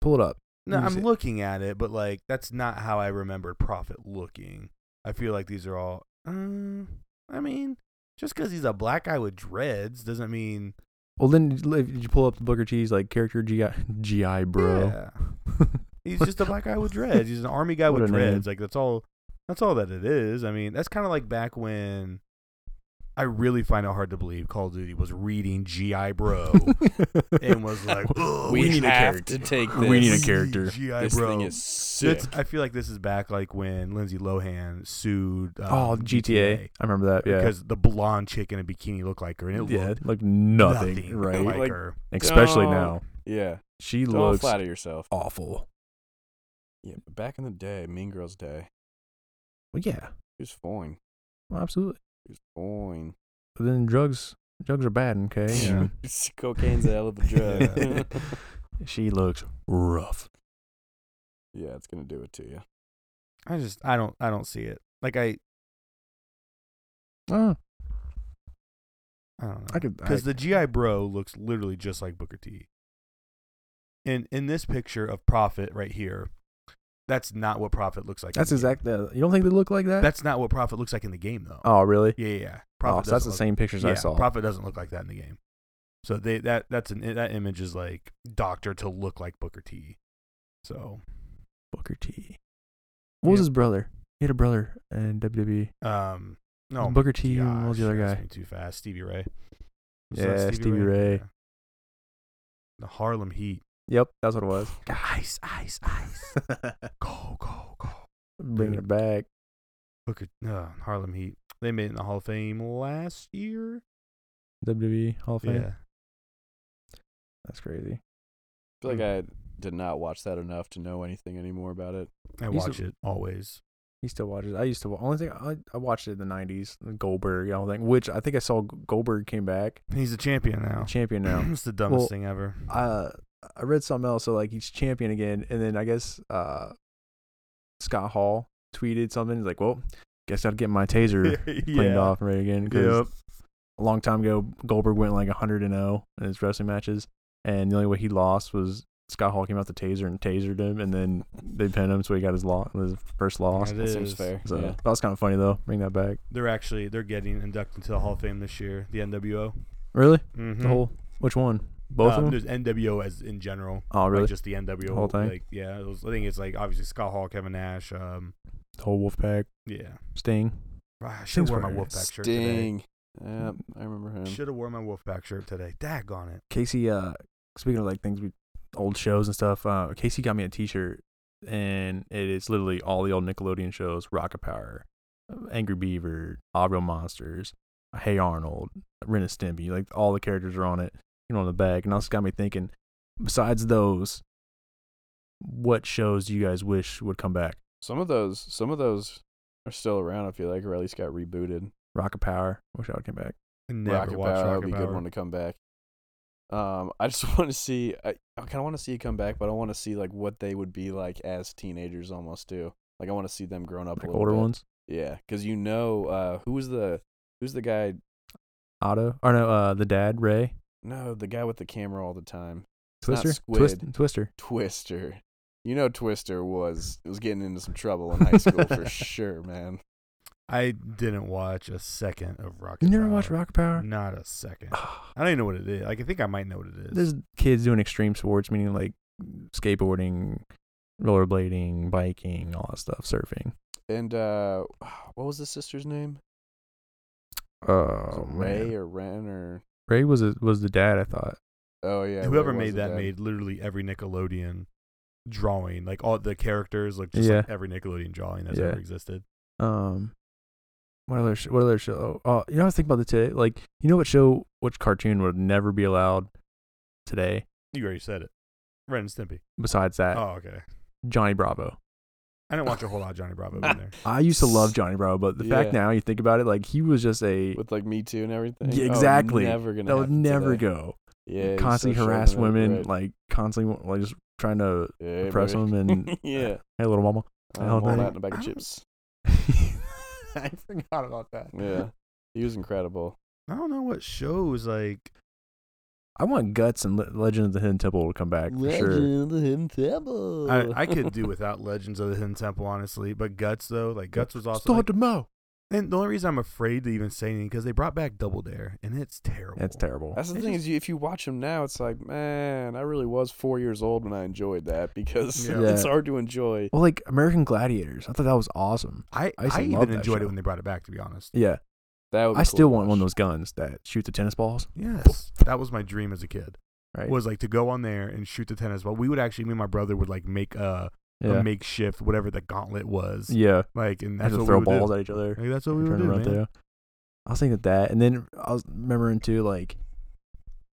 Pull it up. no. Let me I'm see. looking at it, but like that's not how I remembered Prophet looking. I feel like these are all. uh, Um, I mean, just because he's a black guy with dreads doesn't mean Well, then did you pull up the Booker T's like character GI GI bro? Yeah. He's just a black guy with dreads. He's an army guy What with a name. dreads. Like that's all. That's all that it is. I mean, that's kind of like back when. I really find it hard to believe Call of Duty was reading GI Bro and was like, "Ugh, We, need a have character. to take this. We need a character. GI This Bro. thing is sick. That's- I feel like this is back like when Lindsay Lohan sued. Um, oh, GTA. I remember that. Yeah. because the blonde chick in a bikini looked like her, and it yeah, looked like nothing, right? like, Like- her. Especially Don't- now. yeah. She Don't looks flatter yourself. awful. Yeah, but back in the day, Mean Girls Day, Well, yeah, it was fine. well, absolutely. It was fine. But then drugs, drugs are bad. Okay. Yeah. Cocaine's a hell of a drug. Yeah. she looks rough. yeah, it's gonna do it to you. I just I don't I don't see it. Like I Oh, I don't know I could. I, because the GI Bro looks literally just like Booker T. And in this picture of Prophet right here, that's not what Prophet looks like. in that's the game. exactly. You don't think they look like that? That's not what Prophet looks like in the game though. oh, really? Yeah, yeah. yeah. Oh, Prophet so that's doesn't the look- same pictures I saw. Prophet doesn't look like that in the game. So they that that's an that image is like doctor to look like Booker T. So Booker T. What was Yep. his brother? He had a brother in E. WWE. um no Booker T and what was the gosh, other you're guy? asking Too fast, Stevie Ray. Was Yeah, that Stevie Ray. Yeah. The Harlem Heat. Yep, that's what it was. Ice, ice, ice. go, go, go. Bringing Dude. it back. Booker, uh, Harlem Heat. They made it in the Hall of Fame last year. WWE E Hall of Fame. Yeah. That's crazy. I Mm. feel like I Mm. did not watch that enough to know anything anymore about it. I He's a- watch it always. He still watches. I used to. wa- Only thing I, I watched it in the '90s. Goldberg, all thing. Which I think I saw Goldberg came back He's a champion now. champion now. it's the dumbest Well, thing ever. uh, I read something else. So like he's champion again, and then I guess uh, Scott Hall tweeted something. He's like, "Well, guess I'd get my taser cleaned off and ready again." Because Yep. a long time ago, Goldberg went like 100 and 0 in his wrestling matches, and the only way he lost was Scott Hall came out the taser and tasered him, and then they pinned him, so he got his loss, his first loss. It That seems is. fair. So Yeah. that was kind of funny though. Bring that back. They're actually they're getting inducted to the Hall of Fame this year. The NWO. Really? Mm-hmm. Um, The whole which one? Both of them? There's NWO as in general. oh, really? Like just the NWO whole thing? Like yeah, it was, I think it's like obviously Scott Hall, Kevin Nash. Um, the whole Wolfpack yeah. Sting. Ah, I should Sting's have worn my wearing a Wolfpack shirt today. Mm. Sting. Yeah, I remember him. Should have worn my Wolfpack shirt today. Dag on it. Casey, uh, speaking of like things we old shows and stuff, uh, Casey got me a T-shirt, and it is literally all the old Nickelodeon shows: Rocket Power, Angry Beaver, Avro Monsters, Hey Arnold, Ren and Stimpy. Like all the characters are on it, you know, on the back. And also got me thinking. Besides those, what shows do you guys wish would come back? Some of those, some of those are still around. I feel like, or at least got rebooted. Rocket Power. Wish I would come back. I Never Rocket watched Power Rocket would be a Power. good one to come back. Um, I just want to see. I, I kind of want to see it come back, but I want to see like what they would be like as teenagers, almost too. Like I want to see them grown up Like a little older bit. ones. Yeah, because you know uh, who was the who's the guy? Otto. Or no, uh, the dad Ray. No, the guy with the camera all the time, not Twister. Squid. Twist- Twister. Twister. You know, Twister was was getting into some trouble in high school for sure, man. I didn't watch a second of Rocket. You never Power. watched Rocket Power? Ah, Not a second. I don't even know what it is. Like I think I might know what it is. There's kids doing extreme sports, meaning like skateboarding, rollerblading, biking, all that stuff, surfing. And uh, what was the sister's name? Was Oh, it Ray or Ren or Ray was a, was the dad, I thought. oh yeah, Whoever Ray was made the that dad. made literally every Nickelodeon drawing. Like all the characters look just like every Nickelodeon drawing that's Yeah. ever existed. Um, what other sh- what other show? Oh, you know, I was thinking about the today. Like, you know, what show, which cartoon would never be allowed today? You already said it. Ren and Stimpy. Besides that, oh, okay. Johnny Bravo. I didn't watch a whole lot of Johnny Bravo in there. I used to love Johnny Bravo, but the fact Yeah. now you think about it, like he was just a with like Me Too and everything. Yeah, Oh, exactly. never gonna that would happen never today. go. Yeah, you constantly social harass network, women, right. like constantly like just trying to Yeah, oppress baby. them and- yeah, hey little mama. I um, don't all think- that in a bag I of don't- chips. I forgot about that. Yeah, he was incredible. I don't know what shows like. I want Guts and Le- Legend of the Hidden Temple to come back for sure. Legend of the Hidden Temple. I, I could do without Legends of the Hidden Temple, honestly. But Guts though, like Guts was also. like- Mo. And the only reason I'm afraid to even say anything because they brought back Double Dare, and it's terrible. That's terrible. That's the It thing just- is, you, if you watch them now, it's like, man, I really was four years old when I enjoyed that because Yeah. it's Yeah. hard to enjoy. well, like American Gladiators, I thought that was awesome. I I I, used to love even that enjoyed show. it when they brought it back. To be honest, Yeah, That would be I cool still to want one of watch. those guns that shoot the tennis balls. yes, that was my dream as a kid. Right. Was like to go on there and shoot the tennis ball. We would actually, me and my brother would like make a, yeah. a makeshift whatever the gauntlet was. yeah. Like, and Have that's to what throw we would balls do. at each other. Like, that's what we Turn would do, around man. there. I was thinking that, and then I was remembering too, like,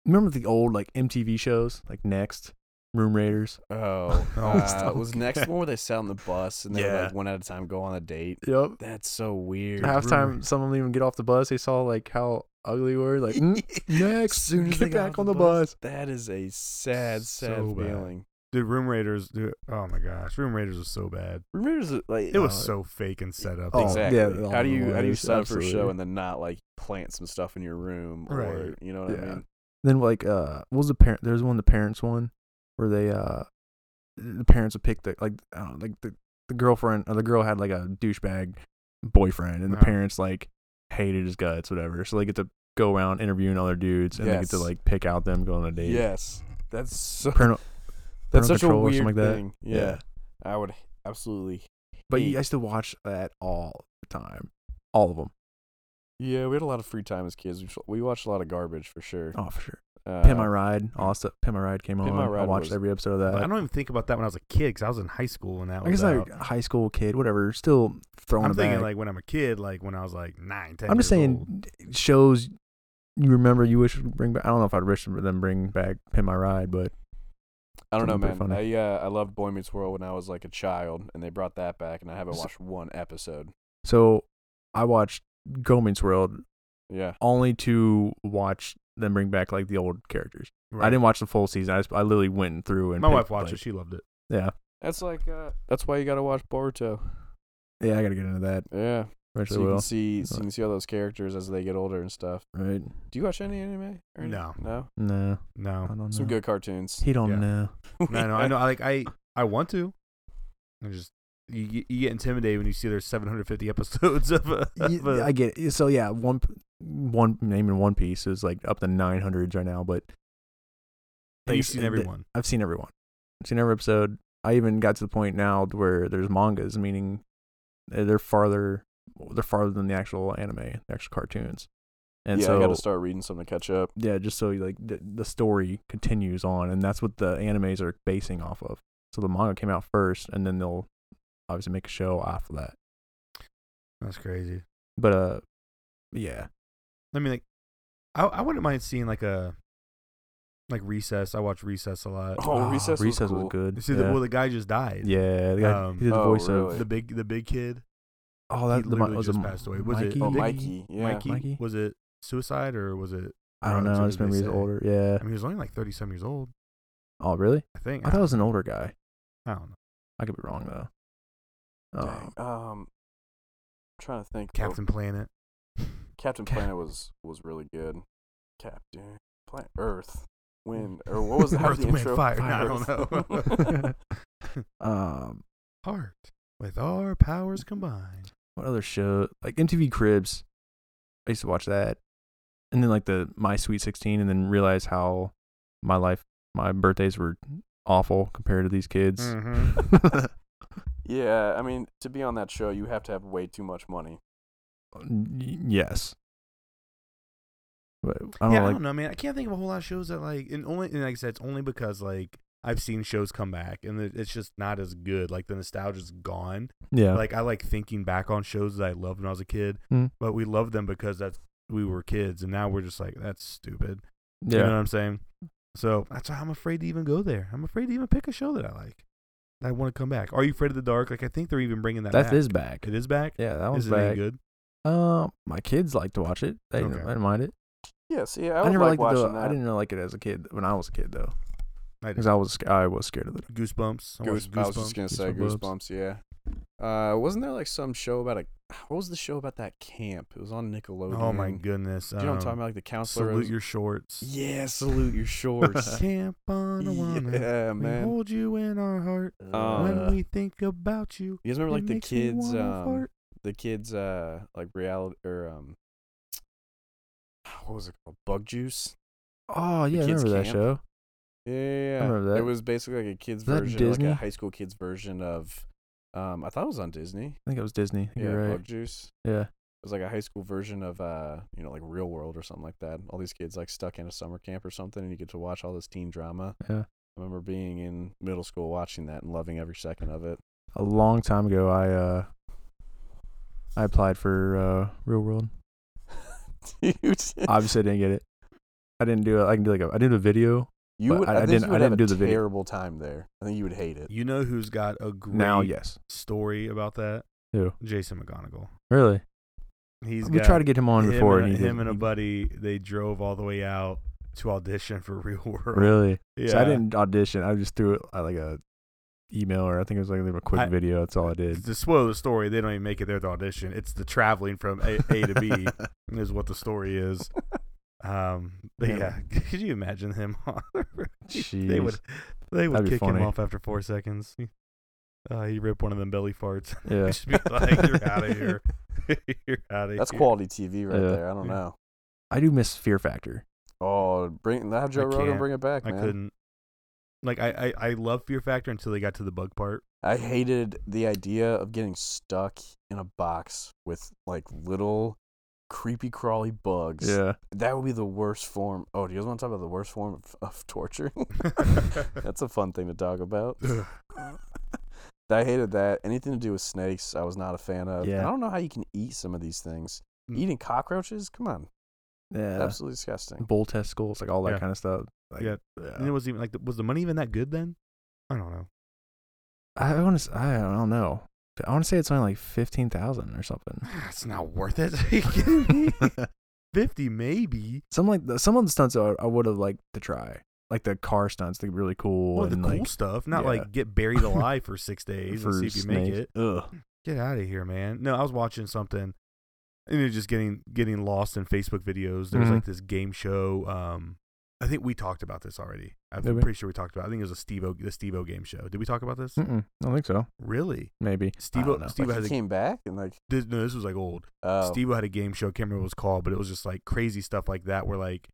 remember the old like MTV shows, like Next, Room Raiders. Oh, Oh, uh, stop. was next one where they sat on the bus and they would, Yeah. like one at a time go on a date. Yep. That's so weird. How- Halftime, Room- some of them even get off the bus. They saw like how ugly we were. Like "Mm, next, Soon get as they got back off on the bus. that is a sad, sad So bad. feeling. Dude, Room Raiders, dude, oh my gosh, Room Raiders was so bad. Remember, it like It uh, was so Oh, fake and set up. Oh, exactly. yeah, all how do the you how do you ways, sign up for a show absolutely. and then not like plant some stuff in your room or Right. you know what I Yeah. mean? Then like, uh, what was the parent? There's one, the parents one, where they uh, the parents would pick the like, I don't know, like the the girlfriend or the girl had like a douchebag boyfriend, and the Uh-huh. parents like hated his guts, whatever. So they get to go around interviewing other dudes, and they get to Yes. like pick out them, go on a date. Yes, that's so Parental- parental that's such a control or weird something like that. thing. Yeah. Yeah. I would absolutely. But hate- yeah, I used to watch that all the time, all of them. yeah, we had a lot of free time as kids. We, sh- we watched a lot of garbage for sure. Oh, for sure. Uh, Pin My Ride, also Pin My Ride came Pin on. My I Ride watched was- every episode of But I that. don't even think about that when I was a kid because I was in high school when that I, was guess out. like a high school kid, whatever, still throwing. I'm it thinking back. like when I'm a kid, like when I was like nine, ten. I'm just years saying shows you remember you wish would bring back. I don't know if I'd wish them bring back Pin My Ride, but I don't know, pretty man. funny. I uh, I loved Boy Meets World when I was like a child, and they brought that back, and I haven't So- watched one episode. so I watched Go Meets World Yeah, only to watch them bring back like the old characters. old. I didn't watch the full season. I just, I literally went through and My wife picked, watched like- it; she loved it. Yeah, that's like uh, that's why you got to watch Boruto. yeah, I gotta get into that. Yeah, so Eventually, you will can see so But- you can see all those characters as they get older and stuff. right? Do you watch any anime? Or any- No. no, No, I No, don't know. some good cartoons. He don't Oh, Yeah. know. no, no. I know. I Like I, I want to. I just you, get- you get intimidated when you see there's 750 episodes of. A, Y- of a- I get it. So yeah, one p- one name in One Piece is like up to nine hundreds right now, but and you've it's- seen the- everyone. I've seen everyone. I've seen every episode. I even got to the point now where there's mangas, meaning eh, they're they're farther they're farther than the actual anime, the actual cartoons. And yeah, so I got to start reading some to catch up. yeah, just so like the, the story continues on, and that's what the animes are basing off of. So the manga came out first, and then they'll obviously make a show after that. That's crazy. But uh, yeah, I mean, like, I I wouldn't mind seeing like a, like Recess. I watch Recess a lot. Oh, Recess was cool. good. You see, yeah. the, well, the guy just died. yeah, the guy, Um, he did the Oh, voice really? of. The big, the big kid. he Oh, that the, literally was just it passed away. Was it- Mikey? Oh, Big- Mikey, yeah, Mikey, Mikey? Was it suicide or was it? I don't Or know. that's I what just they remember he's say. older. Yeah. I mean, he was only like 30 some years old. Oh, really? I think. I thought it was an older guy. I don't know. I could be wrong though. Dang, Oh, Um, I'm trying to think. what- Captain Planet. Captain Cap- Planet was was really good. Captain Planet Earth, Wind, or what was the, how was Earth, the Wind, intro? Fire. No, I don't Earth. um, Heart. With our powers Mm-hmm. combined. what other show? Like MTV Cribs. I used to watch that, and then like the My Sweet Sixteen, and then realize how my life, my birthdays were awful compared to these kids. Mhm. yeah, I mean, to be on that show, you have to have way too much money. Y- yes. But I don't yeah, know, I like don't know, man. I can't think of a whole lot of shows that like, and only, and like I said, it's only because like I've seen shows come back, and it- it's just not as good. Like the nostalgia's gone. yeah, Like I like thinking back on shows that I loved when I was a kid, Mm. but we loved them because that's we were kids, and now we're just like that's stupid. yeah. You know what I'm saying? So that's why I'm afraid to even go there. I'm afraid to even pick a show that I like. That I want to come back. Are you afraid of the dark? Like I think they're even bringing that. that back. is back. It is back. Yeah, that Is one's it any back. good? Um, my kids like to watch it. They didn't, Okay. I didn't mind it. Yeah, see, I, I, would never like liked it. watching Though. that. I didn't really like it as a kid when I was a kid though, I did. because I was sc- I was scared of it. Goosebumps. I Goose, watched I was just gonna say Goosebumps. Goosebumps. Yeah. Uh, wasn't there like some show about a? What was the show about that camp? It was on Nickelodeon. Oh my Do goodness. you know what I'm um, talking about? Like the counselor. Salute was- your shorts. yeah, salute your shorts. Camp on a wanna. yeah, We man. hold you in our heart Uh, when we think about you. You guys remember it like the makes me kids? wanna Um, fart. the kids uh like reality or um what was it called? Bug juice? Oh yeah, I kids remember that camp. show. Yeah, yeah, yeah. remember that. It was basically like a kids Was that version, like Disney? a high school kids version of um I thought it was on Disney. I think it was Disney. Yeah, You're right. Bug Juice. Yeah. It was like a high school version of uh, you know, like Real World or something like that. All these kids like stuck in a summer camp or something and you get to watch all this teen drama. Yeah. I remember being in middle school watching that and loving every second of it. A long time ago, I uh, I applied for uh, Real World. Dude. Obviously, I didn't get it. I didn't do. A, I can do like a. I did a video. You But would, I- I, I think didn't- You I would didn't have do a the video. terrible time there. I think you would hate it. You know who's got a great Now, yes. story about that? Who? Jason McGonigal. Really? He's we got tried to get him on him before, and, and a- he him and didn't- a buddy. They drove all the way out to audition for Real World. Really? Yeah. So I didn't audition. I just threw it uh, like a email, or I think it was like a quick I- video. That's all I did. To spoil the story, they don't even make it there to audition. It's the traveling from A, a to B is what the story is. Um, but yeah, Yeah. could you imagine him? on the road? they Jeez. would, they would That'd be kick him funny. off after four seconds. He- Uh, he ripped one of them belly farts. Yeah. Just be like, "You're outta here." You're out of That's here. quality TV right Yeah. there. I don't Yeah. know. I do miss Fear Factor. Oh, bring have Joe Rogan can't. bring it back, I man. couldn't. Like I, I, I love Fear Factor until they got to the bug part. I hated the idea of getting stuck in a box with like little creepy crawly bugs. Yeah. That would be the worst form. Oh, do you guys want to talk about the worst form of, of torture? That's a fun thing to talk about. Ugh. I hated that. Anything to do with snakes, I was not a fan of. And Yeah. I don't know how you can eat some of these things. Mm. Eating cockroaches? Come on. Yeah. Absolutely disgusting. Bull testicles, like all that Yeah. kind of stuff. Like, Yeah. And it was even like, was the money even that good then? I don't know. I want to. I don't know. I want to say it's only like fifteen thousand or something. It's not worth it. Are you kidding me? Fifty maybe. some like the, some of the stunts I, I would have liked to try, like the car stunts, the really cool Well, the and cool like stuff, not yeah. like get buried alive for six days and see if you make snakes. it. Ugh. Get out of here, man. No, I was watching something, and you're just getting getting lost in Facebook videos. There's Mhm. Mm-hmm. like this game show. Um, I think we talked about this already. I'm Did we? pretty sure we talked about. It. I think it was a Steve-O, the Steve-O game show. Did we talk about Hmm. this? Mm-mm, I don't think so. Really? Maybe. Steve-O, don't know. Steve-O like, has he a, came back and like, this, no, this was like old. oh, Steve had a game show, can't remember what it was called, but it was just like crazy stuff like that where like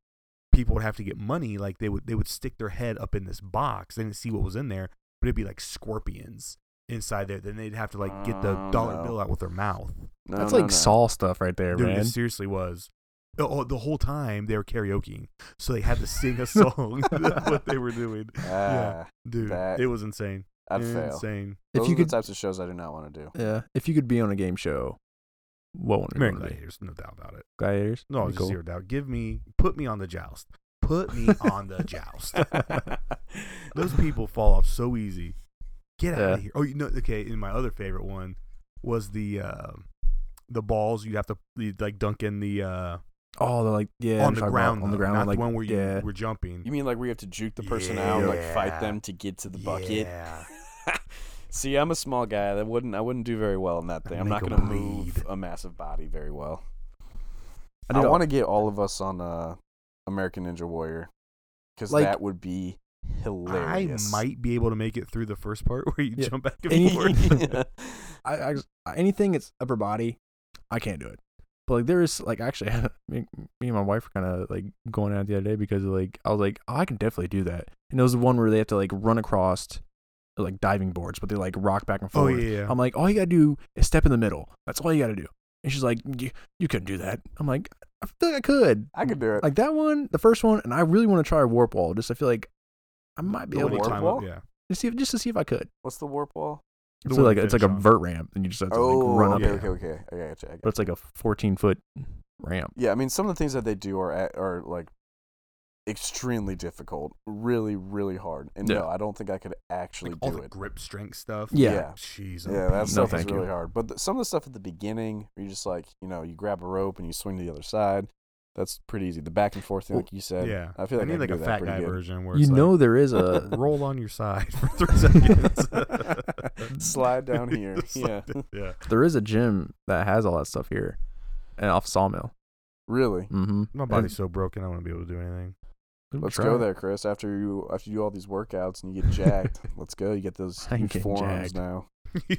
people would have to get money, like they would they would stick their head up in this box. They didn't see what was in there, but it'd be like scorpions inside there. Then they'd have to like get the Oh, dollar no. bill out with their mouth. no, That's no, like no. Saw stuff right there, Dude, man. it seriously was. Oh, oh, the whole time they were karaokeing, so they had to sing a song. That's what they were doing, Ah, Yeah. dude. That- It was insane. I'd fail. insane. if Those you are the could, types of shows I do not want to do. yeah, if you could be on a game show, what one? would you American wanna be? Gladiators, no doubt about it. Gladiators. No, Pretty just cool. zero doubt. Give me, put me on the joust. Put me on the joust. Those people fall off so easy. Get out Yeah. of here. Oh, you know, okay. And my other favorite one was the uh, the balls you'd have to you'd, like dunk in the uh, Oh, they're like yeah, on I'm the talking about ground on the though, ground, not like the one where you yeah. were jumping. You mean like we have to juke the person out, like Yeah. fight them to get to the bucket? Yeah. See, I'm a small guy. That wouldn't I wouldn't do very well in that thing. I'm Make not 'em gonna move bleed. a massive body very well. I I, did a- want to get all of us on uh, American Ninja Warrior because Like- that would be hilarious. I might be able to make it through the first part where you Yeah. jump back and And forth. Yeah. I, I anything that's upper body, I can't do it. But like there is like actually, me, me and my wife were kind of like going out the other day because like I was like oh, I can definitely do that. And it was the one where they have to like run across like diving boards, but they like rock back and Oh forth. yeah, yeah. I'm like all you gotta do is step in the middle. That's all you gotta do. And she's like you you couldn't do that. I'm like I feel like I could. I could do it. Like that one, the first one, and I really want to try a warp wall. Just I feel like I might be The one able to warp time- wall? Yeah. to see if, just to see if I could. What's the warp wall? The So one like you it's like a finish on. vert ramp, and you just have to oh, like run up okay, it. okay, okay, okay. I gotcha, I gotcha. but it's like a 14 foot ramp. Yeah, I mean, some of the things that they do are at, are like extremely difficult, really, really hard. And Yeah. no, I don't think I could actually Like all do the it. grip strength stuff. Yeah. Yeah. Jeez. Yeah, that No, stuff is thank you. really hard. But the, some of the stuff at the beginning, where you just like, you know, you grab a rope and you swing to the other side. That's pretty easy. The back and forth thing, Well, like you said. yeah. I feel like I I, need can like do a that fat pretty guy good. version where You it's like, know there is a roll on your side for three seconds. Slide down here. Yeah. yeah. there is a gym that has all that stuff here, and off Sawmill. Really. Mm-hmm. My body's so broken, I wouldn't be able to do anything. Let's go there, Chris. After you, after you do all these workouts and you get jacked, let's go. You get those I can huge get forearms jacked. now.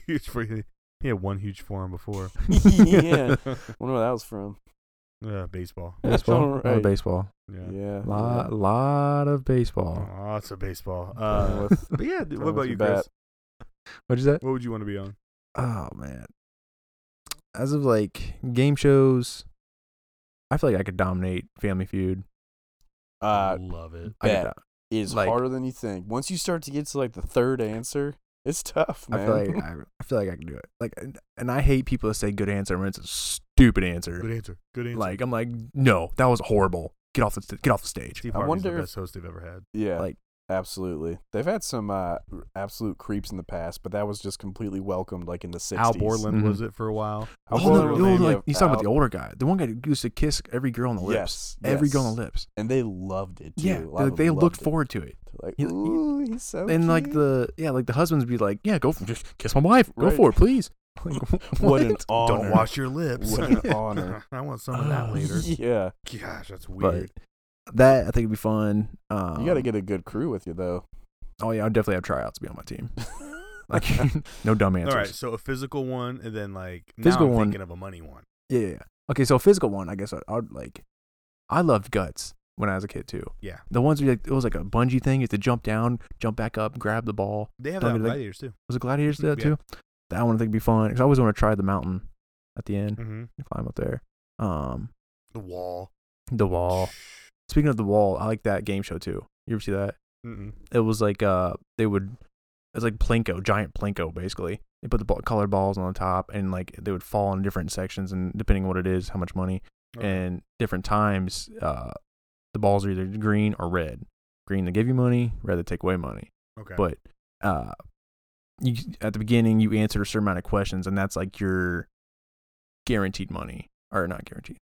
Huge for you. He had one huge forearm before. yeah. Wonder where that was from. uh, baseball. Baseball. A All lot of right. baseball. Yeah. Yeah. Lot, lot of baseball. Lots of baseball. Going Uh, with- but yeah, what going with about the you, Chris? bat. What'd you say? What would you want to be on? Oh man. As of like game shows, I feel like I could dominate Family Feud. Uh, Love it. I could Bet. is Like- harder than you think. Once you start to get to like the third answer, it's tough, do- I man. feel like I, I feel like I can do it. Like, and, and I hate people that say good answer when it's a stupid answer. Good answer. Good answer. Like I'm like, no, that was horrible. Get off the st- get off the stage. Steve I Harvey's wonder the if- best host they've ever had. yeah, like- absolutely. They've had some uh, absolute creeps in the past, but that was just completely welcomed, like in the sixties. Al Borland Mhm. was it for a while. Oh, Al Borland no, was no, maybe like a- he's talking about the Al- older guy, the one guy who used to kiss every girl on the lips, Yes, every girl yes. on the lips. and they loved it. Too. Yeah, A lot they- of they them looked loved it. Oh, forward to it. They're Like, He- he- ooh, he's so. and like cute." the yeah, like the husbands would be like, yeah, go for just kiss my wife, go Right. for it, please. Like, what an honor. Don't wash your lips. What an honor. I want some of that Oh, later. Yeah, Gosh, that's But weird. that I think would be fun. Um, you got to get a good crew with you though. Oh yeah, I'd definitely have tryouts to be on my team. Like no dumb answers. All right, so a physical one, and then like Physical now I'm one. thinking of a money one. Yeah, yeah, yeah. Okay, so a physical one, I guess I'd, I'd like. I loved guts when I was a kid too. Yeah. The ones where like it was like a bungee thing, you had to jump down, jump back up, grab the ball. They have I that mean, in like- gladiators too. Was it gladiators did that Mm-hmm. Yeah. too? That one I think would be fun because I always want to try the mountain at the end. Mm-hmm. Climb up there. Um, The wall. the wall. Speaking of the wall, I like that game show too. You ever see that? Mm-mm. it was like uh they would it's like plinko giant plinko basically they put the ball, colored balls on the top and like they would fall in different sections and depending on what it is how much money Okay. and different times uh the balls are either green or red green they give you money red they take away money okay. but uh you at the beginning you answer a certain amount of questions and that's like your guaranteed money or not guaranteed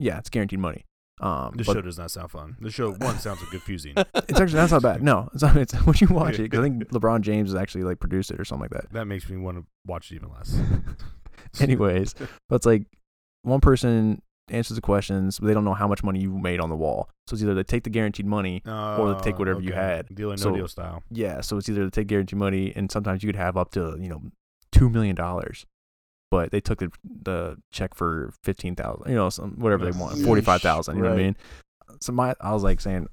yeah it's guaranteed money um the but show does not sound fun. The show one sounds confusing. it's actually that's not bad. No, it's not, it's when you watch it because I think LeBron James has actually like produced it or something like that makes me want to watch it even less. that. Anyways, but it's like one person answers the questions, but they don't know how much money you made on the wall. So it's either they take the guaranteed money. or they take whatever you had. Oh, Deal or no So- deal style. Yeah, so it's either they take guaranteed money, and sometimes you could have up to you know two million dollars, but they took the the check for fifteen thousand, you know, some whatever they Nice. want, Yeesh, forty five thousand. You know what I mean? right. So my, I was like saying,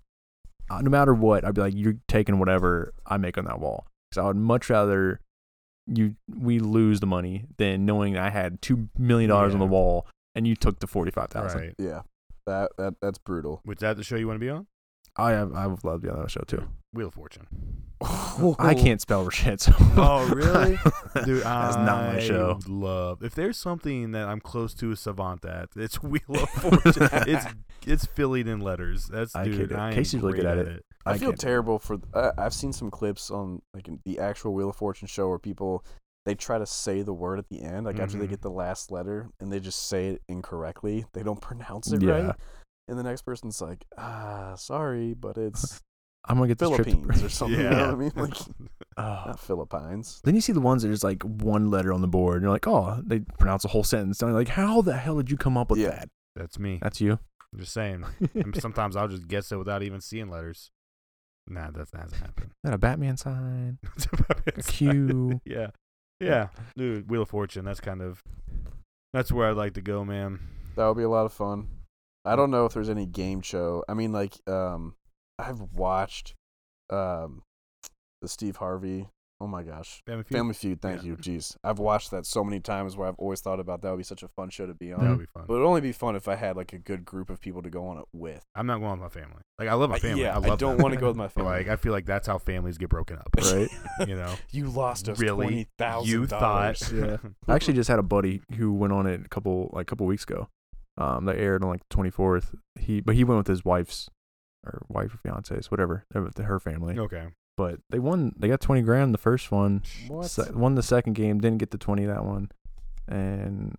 uh, no matter what, I'd be like, you're taking whatever I make on that wall, because I would much rather you we lose the money than knowing I had two million dollars on the Yeah. wall and you took the forty five thousand. Right. Yeah, that that that's brutal. Was that the show you want to be on? I have I would love to be on that show too. Wheel of Fortune. I can't spell shit. So. Oh, really? Dude, that's not my I show. Love if there's something that I'm close to a savant at, it's Wheel of Fortune. it's it's filling in letters. That's I dude. kid. I am Casey's really good great at it. I, I feel can't do it. terrible for. I I've seen some clips on like the actual Wheel of Fortune show where people they try to say the word at the end, like after they Mhm. Mm-hmm. get the last letter, and they just say it incorrectly. They don't pronounce it Yeah. right, and the next person's like, "Ah, sorry, but it's I'm gonna get this trip. Philippines To- or something." You know what I mean? Like oh. not Philippines. Then you see the ones that are just like one letter on the board, and you're like, oh, they pronounce a whole sentence. And you're like, how the hell did you come up with Yeah. that? That's me. That's you. I'm just saying. And sometimes I'll just guess it without even seeing letters. Nah, that hasn't happened. Not a Batman sign. It's about it. Q. yeah. Yeah. Dude, Wheel of Fortune, that's kind of that's where I'd like to go, man. That would be a lot of fun. I don't know if there's any game show. I mean, like, um, I've watched, um, the Steve Harvey. Oh my gosh, Family Feud? Family Feud. Thank Yeah. you. Jeez, I've watched that so many times where I've always thought about that would be such a fun show to be on. That would be fun. But it'd only be fun if I had like a good group of people to go on it with. I'm not going with my family. Like I love my Uh, family. yeah, I, love I them. don't want to go with my But, family. Like I feel like that's how families get broken up. Right. You know. you lost us Really? twenty thousand. you thought Yeah. I actually just had a buddy who went on it a couple like a couple weeks ago. Um, that aired on like the 24th. He but he went with his wife's or wife or fiance's whatever uh, with her family. Okay. But they won. They got 20 grand the first one. What? Se- won the second game. Didn't get the 20 that one. And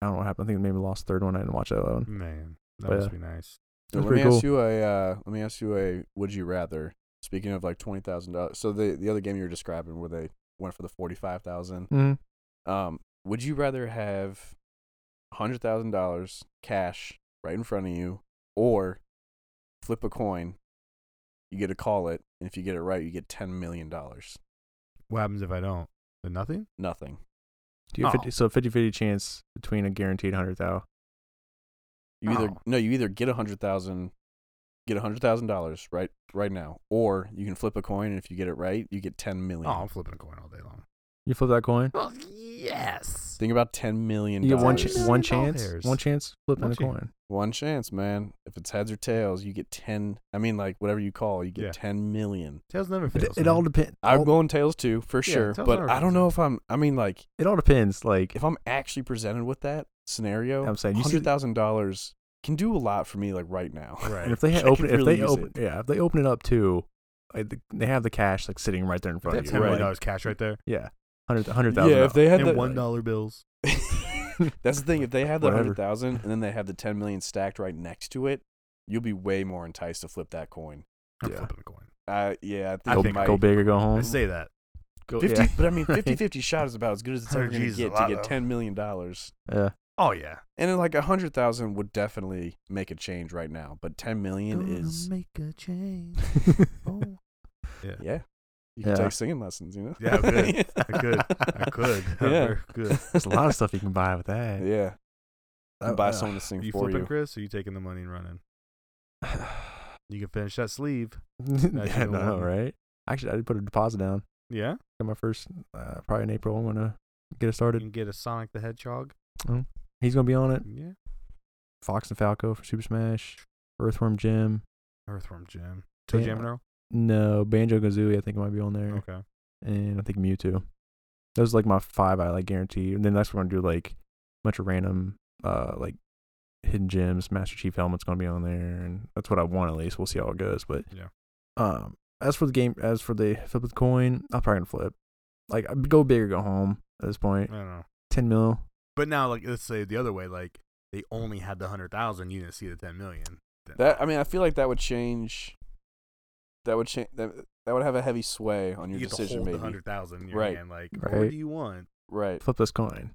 I don't know what happened. I think they maybe lost the third one. I didn't watch that one. Man. That But, must uh, be nice. So That's let me pretty ask you a uh, let me ask you a would you rather. Speaking of like twenty thousand dollars, so the the other game you were describing where they went for the forty five thousand. Mm. Um, would you rather have hundred thousand dollars cash right in front of you, or flip a coin? You get to call it, and if you get it right, you get ten million dollars. What happens if I don't? Then nothing? Nothing. Do you have Oh. 50, so 50-50 chance between a guaranteed hundred thou. You either Oh. no, you either get a hundred thousand, get a hundred thousand dollars right right now, or you can flip a coin, and if you get it right, you get ten million. Oh, I'm flipping a coin all day long. You flip that coin. Well, yes. Think about ten million. You get one, dollars. cha- Ten one million chance. dollars. One chance flipping One a chance. coin. One chance, man. If it's heads or tails, you get ten. I mean, like whatever you call, you get Yeah. ten million. Tails never It, fails. it man. all depends. I'm going tails too for Yeah, sure, tails but are I don't good. know if I'm. I mean, like It all depends. Like if I'm actually presented with that scenario, I'm saying, you see- hundred thousand dollars can do a lot for me, like right now. Right. And if they I ha- could open, if really they use open, yeah, if they open it up too, like the, they have the cash like sitting right there in If front they have of ten you. million right? dollars cash right there. Yeah, hundred hundred thousand. Yeah, if they had And that, one dollar bills. That's the thing. If they have the Whatever. hundred thousand and then they have the ten million stacked right next to it, you'll be way more enticed to flip that coin. I'm Yeah. Um, flipping a coin. Uh, yeah, I think, I go, it think- might- go big or go home. I say that. Go- 50, yeah. But I mean, Right. 50 50 shot is about as good as it's ever 100 going to G's is Oh, a get to lot, get though. $10 million. And Yeah, Oh yeah. then, like, 100,000 would definitely make a change right now. But 10 million is, make a change. Oh. Yeah. yeah. You can Yeah. take singing lessons, you know? Yeah, I could. I could. I could. Yeah. Good. there's a lot of stuff you can buy with that. Yeah. Uh, And buy uh, someone to sing You for flipping, you. Chris, or you taking the money and running? You can finish that sleeve. yeah, I the know, one. right? Actually, I did put a deposit down. Yeah. Got my first, uh, probably in April. I'm gonna get it You started. can get a Sonic the Hedgehog. He's gonna be on it. Yeah. Fox and Falco for Super Smash. Earthworm Jim. Earthworm Jim. Toe Yeah. Jam and Earl? No, Banjo Kazooie. I think might be on there. Okay. and I think Mewtwo. Those are like my five I like guarantee. And then next we're gonna do like a bunch of random uh like hidden gems, Master Chief helmet's gonna be on there and that's what I want at least. We'll see how it goes. But Yeah. Um as for the game as for the flip of the coin, I'm probably gonna flip. Like I'd go big or go home at this I point. don't know. Ten mil. But now, like, let's say the other way, like, they only had the 100,000. You didn't see the 10 million. Then- That I mean, I feel like that would change. That would change. That, that would have a heavy sway on your you get to decision, hold the maybe. 100,000 in your Right. hand. Like, Right. what do you want? Right. Flip this coin.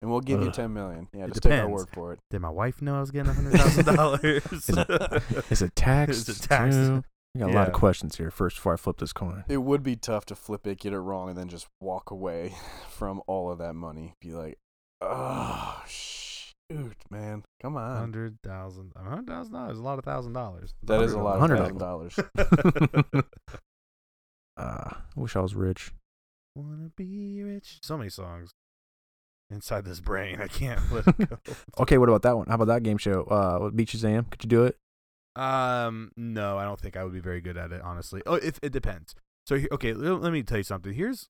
And we'll give you Ugh. ten million. Yeah, It just take our depends. word for it. Did my wife know I was getting $100,000? Is it tax? Is it taxed? I got a lot of Yeah. questions here first before I flip this coin. It would be tough to flip it, get it wrong, and then just walk away from all of that money. Be like, oh shoot, man, come on. Hundred thousand, a hundred thousand dollars, a lot of thousand dollars. That is a lot of $100. thousand dollars. Uh I wish I was rich. Wanna be rich? So many songs inside this brain. I can't let it go. Okay, what about that one? How about that game show? Uh, Beat Shazam. Could you do it? Um, no, I don't think I would be very good at it, honestly. Oh, if it depends. So he- okay, l- let me tell you something. Here's,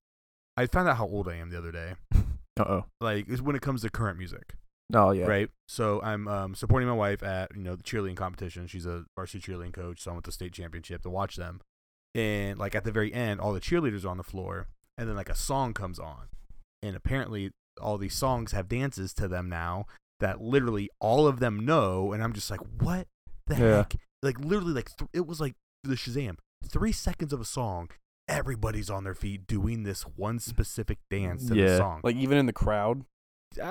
I found out how old I am the other day. Uh oh. Like is when it comes to current music, Oh yeah. right? So I'm um, supporting my wife at you know the cheerleading competition. She's a varsity cheerleading coach, so I went to state championship to watch them. And like at the very end, all the cheerleaders are on the floor, and then like a song comes on, and apparently all these songs have dances to them now that literally all of them know. And I'm just like, what the Yeah. heck? Like literally, like th- it was like the Shazam, three seconds of a song. Everybody's on their feet doing this one specific dance to Yeah. the song. Like even in the crowd, Um,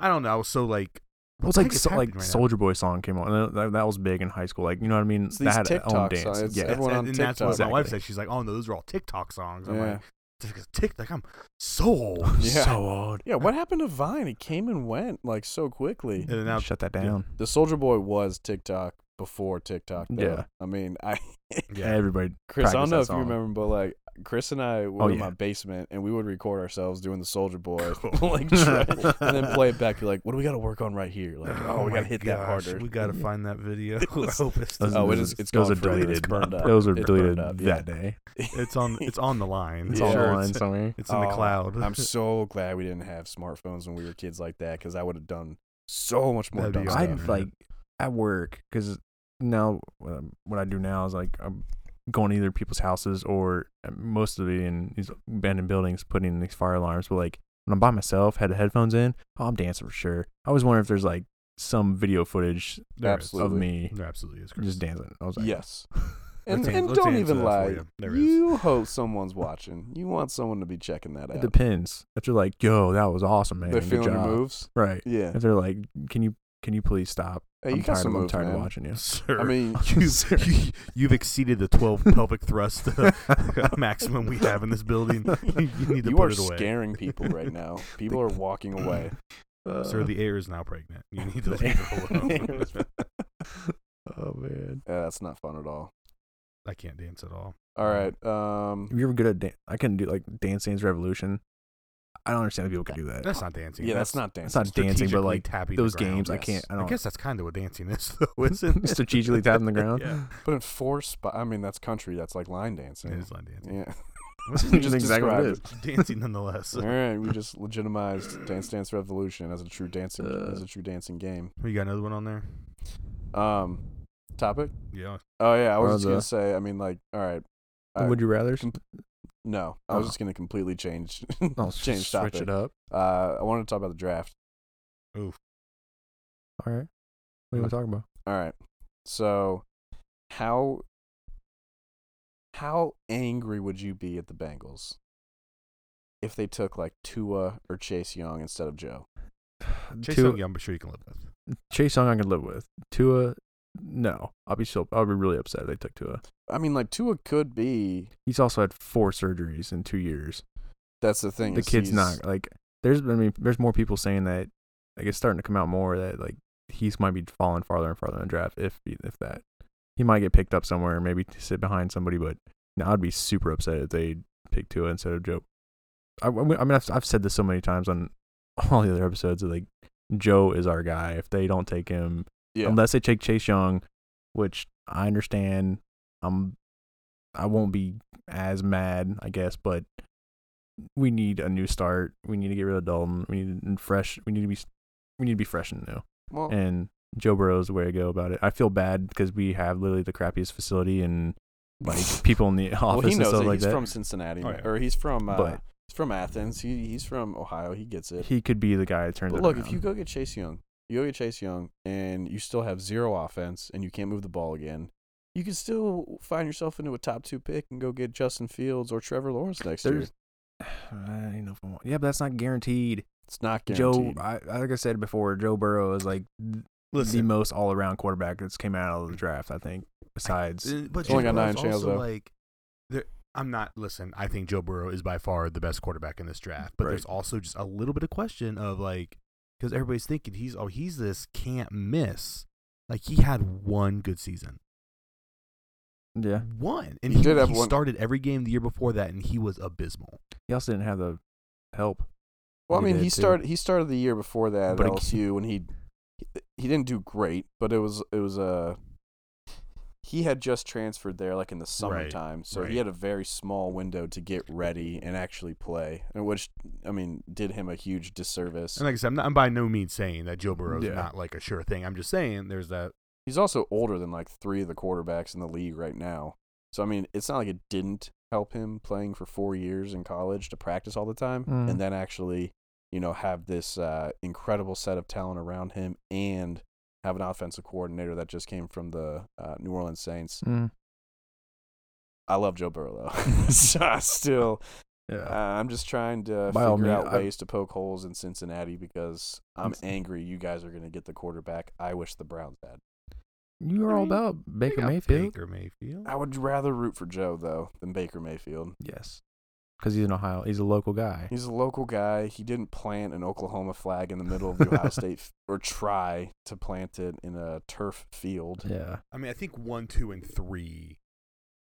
I don't know. I was so like, Well, it's I like think it's so, like happening right now. Soldier Boy song came on. and That, that was big in high school. Like you know what I mean? It's That these had its own TikTok dance. songs. It's yeah. everyone on and that's what TikTok. my wife Exactly. said. She's like, "Oh no, those are all TikTok songs." I'm yeah, like, "Tick- "Tick, like I'm so old." Yeah. So old. yeah. What happened to Vine? It came and went like so quickly. And then now, Shut that yeah. down. The Soldier Boy was TikTok before TikTok. Though. Yeah. I mean, I yeah, Everybody. Chris, I don't practiced know that if you song. remember, but like Chris and I were Oh, in yeah. my basement and we would record ourselves doing the Soldier Boy, Cool. like, try- and then play it back. Be like, what do we got to work on right here? Like, oh, we my got to hit that gosh, harder. We gotta find that video. I hope it's Those- still- Oh, it those- is- it's those gone are forever. It's deleted. burned up. Those are It's burned deleted up, that day. It's on. It's on the line. It's Yeah. sure online It's, somewhere. it's in the Oh, cloud. I'm so glad we didn't have smartphones when we were kids like that because I would have done so much more That'd be dumb awesome. stuff. I stuff. like at work because now um, what I do now is like I'm going to either people's houses or uh, most of it in these abandoned buildings, putting in these fire alarms. But like when I'm by myself, had the headphones in, oh, I'm dancing for sure. I always wonder if there's like some video footage There it is. absolutely. of me There absolutely is. just dancing. I was like, Yes. Let's And, an- and let's don't answer even that for lie. you. There it is. You hope someone's watching. You want someone to be checking that It out. depends. If they're like, "Yo, that was awesome, man," They're good feeling your job." moves. right? Yeah. If they're like, "Can you can you please stop? Hey, I'm you got tired, some of, I'm moves, tired man. of watching you. Sir, I mean, you've, you, you've exceeded the 12 pelvic thrust uh, maximum we have in this building. You, you need to you put are it away. scaring people right now. People are walking away. Sir, Uh-huh. the air is now pregnant. You need to leave her alone. oh man. Yeah, that's not fun at all. I can't dance at all. All right. Um, You ever good at dance? I couldn't do like Dance Dance Revolution. I don't understand how people can do that. That's not dancing. yeah, that's, not Uh, That's dancing. not dancing, but strategically like tapping the those ground. games, I yes. can't. I I, don't. guess that's kind of what dancing is, though, isn't it? strategically tapping the ground. Yeah. But in four spot, I mean, that's country. That's like line dancing. It is line dancing. Yeah. That's exactly what it described is. dancing nonetheless. All right, we just legitimized Dance Dance Revolution as a true dancing as Uh. a true dancing game. You got another one on there? Um, topic? Yeah. Oh yeah, I was Oh, just the- gonna say. I mean, like, all right. I- Would you rather? com- no, I was Oh. just gonna completely change No, s- change switch topic. it up. Uh, I wanted to talk about the draft. All right. What are we talking about? All right. So, how how angry would you be at the Bengals if they took like Tua or Chase Young instead of Joe? Chase Two- Young, I'm sure you can live with. Chase Young, I can live with. Tua, no. I'll be so. I'll be really upset if they took Tua. I mean, like Tua could be. He's also had four surgeries in two years. That's the thing. The is kid's he's- not like. There's. I mean, there's more people saying that. Like it's starting to come out more that like he's might be falling farther and farther in the draft. If if that, he might get picked up somewhere. Maybe to sit behind somebody. But no, I'd be super upset if they picked Tua instead of Joe. I, I mean, I mean, I've I've said this so many times on all the other episodes that like Joe is our guy. If they don't take him, Yeah. unless they take Chase Young, which I understand. I'm I won't be as mad, I guess, but we need a new start. We need to get rid of Dalton. We need to fresh. We need to be we need to be fresh and new. well, And Joe Burrow is the way to go about it. I feel bad because we have literally the crappiest facility and like people in the office well, he and knows stuff it. like he's that. from Cincinnati, Oh, man, yeah. or he's from uh, But- he's from Athens. He he's from Ohio. He gets it. he could be the guy that turns But it look, around. if you go get Chase Young, you go get Chase Young, and you still have zero offense, and you can't move the ball again, you can still find yourself into a top two pick and go get Justin Fields or Trevor Lawrence next year. There's- I don't know if I want. Yeah, but that's not guaranteed. It's not guaranteed. Joe, I, I- like I said before, Joe Burrow is like th- the Listen, most all around quarterback that's came out of the draft, I think. Besides, uh, but He's only Joe got Burrow's nine channels, also, though. Like, there, I'm not. Listen, I think Joe Burrow is by far the best quarterback in this draft. But Right. there's also just a little bit of question of like, because everybody's thinking he's oh he's this can't miss. Like he had one good season, yeah, one, and He he, did have he one- started every game the year before that, and he was abysmal. he also didn't have the help. well, I he mean, did, he too. started he started the year before that at But it- LSU, and he he didn't do great, but it was it was a he had just transferred there like in the summertime, so right. he had a very small window to get ready and actually play, and which I mean did him a huge disservice. And like I said, I'm, not, I'm by no means saying that Joe Burrow's Yeah. not like a sure thing. I'm just saying there's that. He's also older than like three of the quarterbacks in the league right now. So I mean, it's not like it didn't help him playing for four years in college to practice all the time, Mm. and then actually, you know, have this uh, incredible set of talent around him, and have an offensive coordinator that just came from the uh, New Orleans Saints. Mm. Mm. I love Joe Burrow though, so I still uh, Yeah, I'm just trying to By all figure means, out I- ways to poke holes in Cincinnati because I'm angry. You guys are going to get the quarterback. I wish the Browns had. you are all about Baker They got Mayfield. Baker Mayfield. I would rather root for Joe though than Baker Mayfield. Yes, because he's an Ohio, he's a local guy. He's a local guy. He didn't plant an Oklahoma flag in the middle of the Ohio State f- or try to plant it in a turf field. Yeah, I mean, I think one, two, and three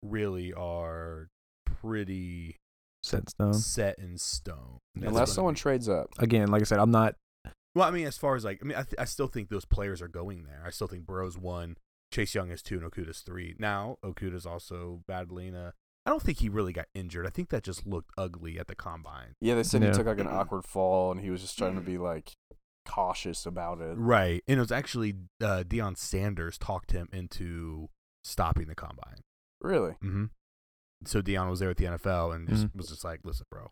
really are pretty set in stone. set in stone. That's gonna Unless someone be- trades up. Again, like I said, I'm not. well, I mean, as far as like, I mean, I, th- I still think those players are going there. I still think Burrow's one, Chase Young is two, and Okuda's three. Now Okuda's also battling a. I don't think he really got injured. I think that just looked ugly at the combine. Yeah, they said Yeah. he took like an awkward fall and he was just trying to be like cautious about it. Right, and it was actually uh, Deion Sanders talked him into stopping the combine. Really? Mm-hmm. So Dion was there at the NFL and just Mhm. was just like, "Listen, bro,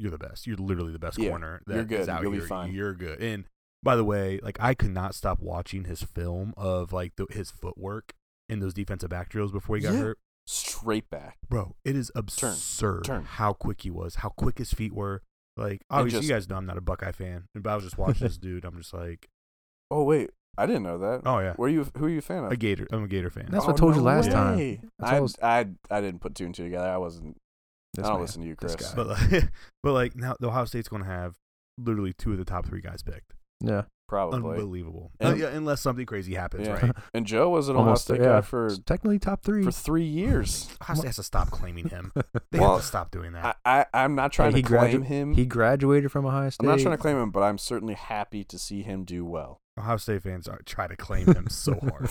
you're the best. You're literally the best Mm-hmm. Yeah, corner that you're is good. out You'll be here. fine." You're good." And by the way, like I could not stop watching his film of like the, his footwork in those defensive back drills before he got Yeah. hurt. Straight back. Bro, it is absurd turn. how quick he was, how quick his feet were. Like obviously, just- you guys know I'm not a Buckeye fan, but I was just watching this dude. I'm just like, Oh wait, I didn't know that. Oh yeah, Were you? Who are you a fan of? Oh, a Gator. I'm a Gator fan. That's what I told you last time. That's what I, I was- I I didn't put two and two together. I wasn't. This I don't man. listen to you, This Chris. guy. but like, but like now, the Ohio State's going to have literally two of the top three guys picked. Yeah. Probably. Unbelievable. And- Uh, yeah, unless something crazy happens, Yeah. right? And Joe was an Ohio Almost, State yeah. guy for It's technically top three. for three years. Ohio State has to stop claiming him. They Well, have to stop doing that. I, I I'm not trying Hey, to he claim gradu- him. He graduated from Ohio State. I'm not trying to claim him, but I'm certainly happy to see him do well. Ohio State fans are, try to claim him so hard.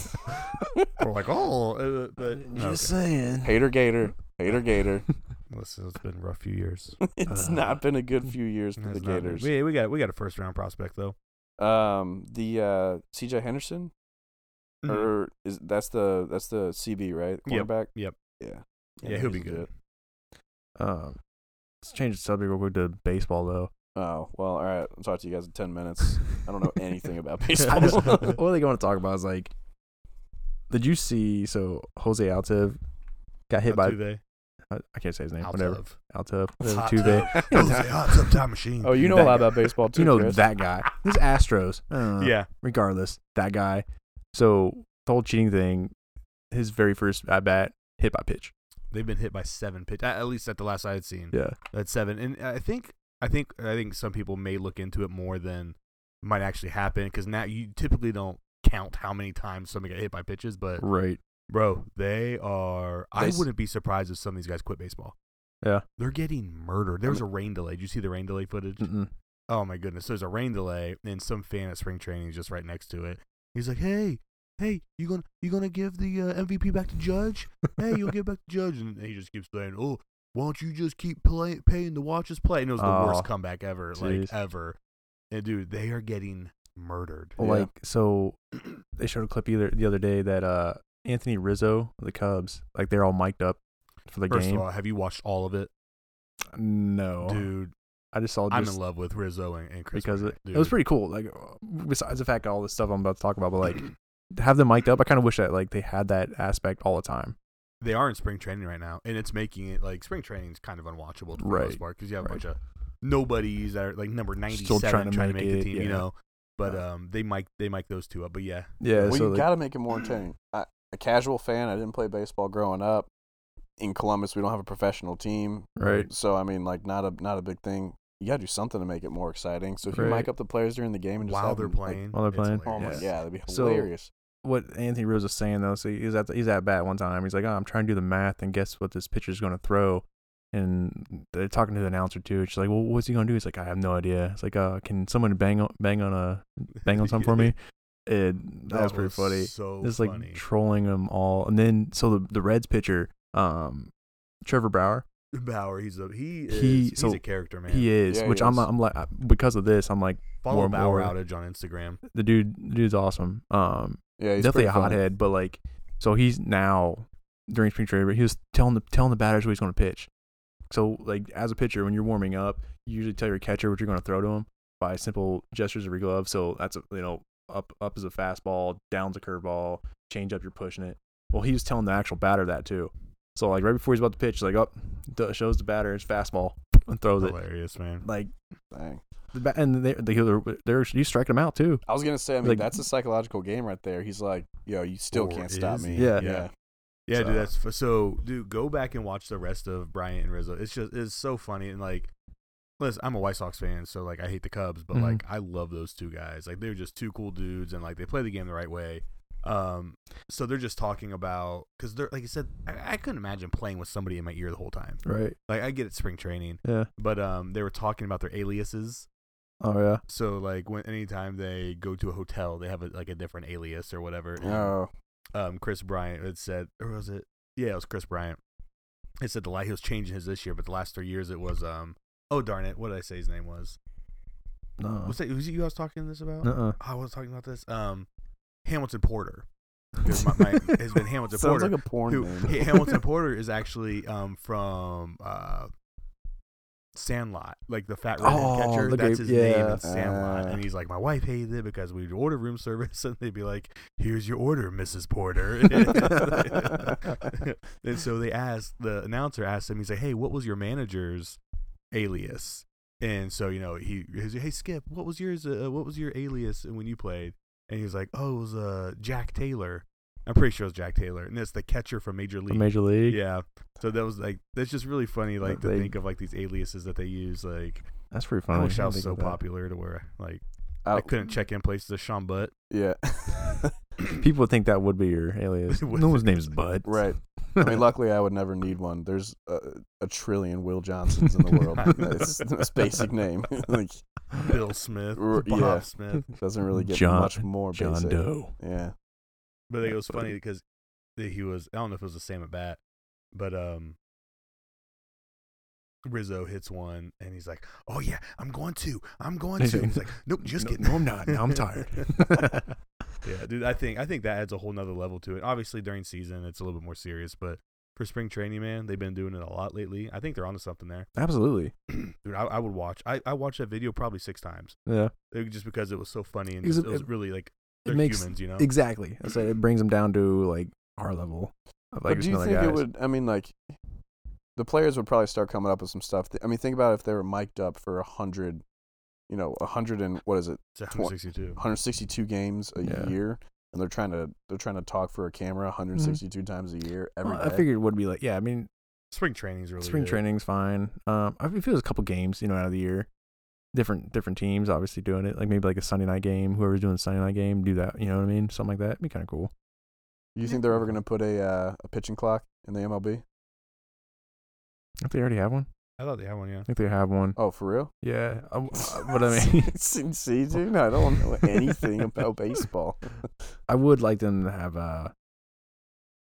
We're like, oh, uh, but no, okay. saying. Hater Gator, Hater Gator. Listen, it's been a rough few years. it's Uh, not been a good few years for the It's not- Gators. We, we got we got a first round prospect though. Um, the uh, C.J. Henderson, Mm-hmm. or is that's the that's the CB right Yep, cornerback? yep. Yeah. yeah, he'll be he's good. legit. Um, let's change the subject real quick to baseball, though. Oh well, all right. I'll talk to you guys in ten minutes. I don't know anything about baseball. I just, what are they going to talk about? Is like, did you see? So Jose Altuve got Uh, hit by. Altuve. I, I can't say his name. Whatever. Altuve. Altuve. whatever, Hot Tuve. tub. Jose Altuve time machine. oh, you know a lot about Uh. baseball too. You know Chris. that guy. This Astros. I don't know. Yeah, Regardless, that guy. So the whole cheating thing. His very first at bat, hit by pitch. they've been hit by seven pitch. At at least at the last I had seen, Mm-hmm. Yeah. at seven. And I think I think I think some people may look into it more than might actually happen because now you typically don't count how many times somebody got hit by pitches. But Right. bro, they are. They I s- wouldn't be surprised if some of these guys quit baseball. Yeah. They're getting murdered. There was a rain delay. Did you see the rain delay footage? Mm-mm. oh my goodness, there's a rain delay, and some fan at spring training is just right next to it. He's like, hey, hey, you gonna you gonna give the uh, MVP back to Judge? Hey, you'll give back to Judge, and he just keeps saying, oh, why don't you just keep play, paying to watch us play? And it was the Aw, worst comeback ever, jeez. like ever. And dude, they are getting murdered. Well, Yeah. Like so, they showed a clip either the other day that uh Anthony Rizzo, the Cubs, like they're all mic'd up for the First game. of all, have you watched all of it, no, dude? I just saw I'm just in love with Rizzo and, and Chris. because it, Bryant, it was dude. pretty cool. Like besides the fact all this stuff I'm about to talk about, but like to have them mic'd up, I kind of wish that like they had that aspect all the time. they are in spring training right now, and it's making it like spring training's kind of unwatchable for the Right, most part because you have a right. bunch of nobodies that are like number ninety Still seven trying trying to to make, make it, the team, yeah. you know. But Yeah. um, they mic they mic those two up. But yeah, Yeah, well, so you like, got to make it more entertaining. I, a casual fan, I didn't play baseball growing up. In Columbus, we don't have a professional team, Right. So I mean, like, not a not a big thing. You got to do something to make it more exciting. So if you Right. mic up the players during the game and just while have they're them, like, playing, While they're it's playing. oh my hilarious. god, that'd be So- hilarious. what Anthony Rizzo's saying though, so he's at the, he's at bat one time. He's like, oh, I'm trying to do the math, and guess what this pitcher's going to throw. And they're talking to the announcer too. and She's like, "Well, what's he gonna do?" He's like, "I have no idea." It's like, "Uh, can someone bang on bang on a bang on something for me?" And that, was pretty funny. So It's funny. like trolling them all. And then so the the Reds pitcher, um, Trevor Bauer, Bauer, he's a he is He- he's so a character man. he is, Yeah, he which I'm is. I'm like uh, because of this, I'm like Follow more and Bauer more- outage on Instagram. the dude the dude's awesome. Um, Yeah, he's definitely pretty a funny. hothead, but like, so he's now during spring training, he was telling the telling the batters what he's going to pitch. So like, as a pitcher, when you're warming up, you usually tell your catcher what you're going to throw to him by simple gestures of your glove. So that's a, you know, up up is a fastball, down's a curveball, change up, you're pushing it. Well, he was telling the actual batter that too. So like right before he's about to pitch, he's like up, oh, shows the batter his fastball and Oh, throws it. Hilarious man. Like, Dang. the ba- and they they they're, they're you striking him out too. I was gonna say, I mean, Like- that's a psychological game right there. He's like, yo, you still Or can't stop is me. he? Yeah. yeah. Yeah, So- dude, that's f- so. Dude, go back and watch the rest of Bryant and Rizzo. It's just it's so funny and like, listen, I'm a White Sox fan, so like I hate the Cubs, but Mhm. like I love those two guys. Like they're just two cool dudes, and like they play the game the right way. Um, so they're just talking about because they're like I said, I, I couldn't imagine playing with somebody in my ear the whole time. Right. Like I get it, spring training, Yeah. but um, they were talking about their aliases. Oh yeah. So like when anytime they go to a hotel, they have a, like a different alias or whatever. and- Oh, um, Chris Bryant had said, or was it? Yeah, it was Chris Bryant. It said the light he was changing his this year, but the last three years it was um. Oh darn it! What did I say his name was? Uh-huh. No. Was that was it you I was talking this about? Oh, Uh-uh. I was talking about this. Um, Hamilton Porter. Because my, my has been Hamilton sounds Porter. like a porn who, name. Ha- Hamilton Porter is actually um from uh. Sandlot, like the fat redhead Oh, catcher, the that's great- his name yeah. in Sandlot, Ah. and he's like, my wife hated it because we'd order room service, and they'd be like, "Here's your order, Mrs. Porter." And so they asked the announcer asked him. He's like, "Hey, what was your manager's alias?" And so you know he he's like, "Hey Skip, what was yours? Uh, what was your alias when you played?" and he's like, "Oh, it was uh, Jack Taylor." I'm pretty sure it was Jack Taylor, and it's the catcher from Major The League. Major League. yeah. So that was like that's just really funny, like to They- think of like these aliases that they use. Like That's pretty I funny. wish I didn't was think so of that. popular to where like Oh, I couldn't check in places as Sean Butt. yeah. People would think that would be your alias. It no one's wasn't. name's Bud. right. I mean, luckily, I would never need one. There's a, a trillion Will Johnsons in the world. it's the most basic name. like, Bill Smith, R- Bob yeah. Smith. doesn't really get John- much more John basic. Doe. Yeah. But like, it was That's funny funny. because th- he was I don't know if it was the same at bat, but um Rizzo hits one and he's like, "Oh yeah, I'm going to, I'm going to." He's like, "Nope, just no, kidding." No, I'm not. Now I'm tired. yeah, dude, I think I think that adds a whole nother level to it. Obviously, during season, it's a little bit more serious, but for spring training, man, they've been doing it a lot lately. I think they're onto something there, Absolutely. dude. I, I would watch. I, I watched that video probably six times Yeah. uh, just because it was so funny and Because just, it, it- was it- really like It they're makes humans, you know. exactly. I said it brings them down to like our level. Of, like but just do you another think it guys. would? I mean, like, the players would probably start coming up with some stuff. I mean, think about if they were mic'd up for a hundred, you know, a hundred and what is it, It's 162. 162 games a Yeah. Mm-hmm. year, and they're trying to they're trying to talk for a camera 162 times a year every day. Well, I figured it would be like yeah. I mean, Spring training's really spring it. training's fine. Um, I feel there's a couple games you know out of the year, different different teams obviously doing it. Like maybe like a Sunday night game. Whoever's doing the Sunday night game, do that. You know what I mean? Something like that. It'd be kind of cool. you think they're ever going to put a uh, a pitching clock in the MLB? I think they already have one. I thought they had one, yeah. I think they have one. Oh, for real? Yeah. I, but I mean, see, see, dude, I don't know anything about baseball. I would like them to have a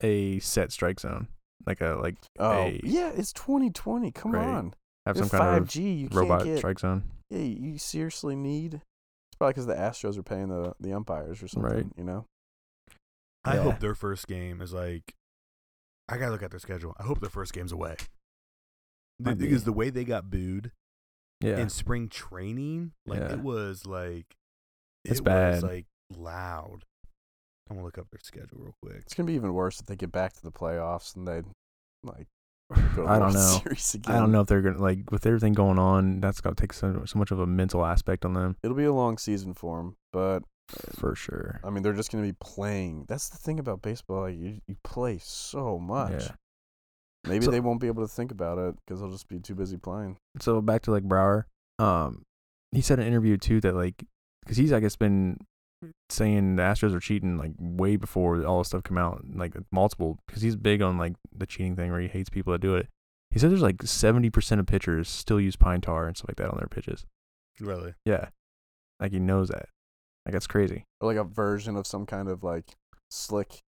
a set strike zone, like a like Oh, Hey. yeah, it's 2020. Come Right. on, have You're some kind 5G. you of robot can't get strike zone. yeah, you seriously need. It's probably because the Astros are paying the, the umpires or something. Right. You know. I Yeah. hope their first game is like. I gotta look at their schedule. I hope their first game's away. The- Might be. because the way they got booed Yeah. in spring training, like Yeah. it was like It's it bad. was like loud. I'm gonna look up their schedule real quick. It's gonna be even worse if they get back to the playoffs and they like go to the I don't World know. Series again. I don't know if they're gonna like with everything going on. That's gonna take so, so much of a mental aspect on them It'll be a long season for them, but Uh, for sure. I mean they're just gonna be playing. That's the thing about baseball; like, you you play so much. Yeah. Maybe So- they won't be able to think about it because they'll just be too busy playing. So back to like Brower. Um, he said in an interview too that like because he's I guess been saying the Astros are cheating like way before all this stuff come out like multiple because he's big on like the cheating thing where he hates people that do it. He said there's like 70% of pitchers still use pine tar and stuff like that on their pitches. Really? Yeah. Like he knows that. Like that's crazy. Or like a version of some kind of like slick.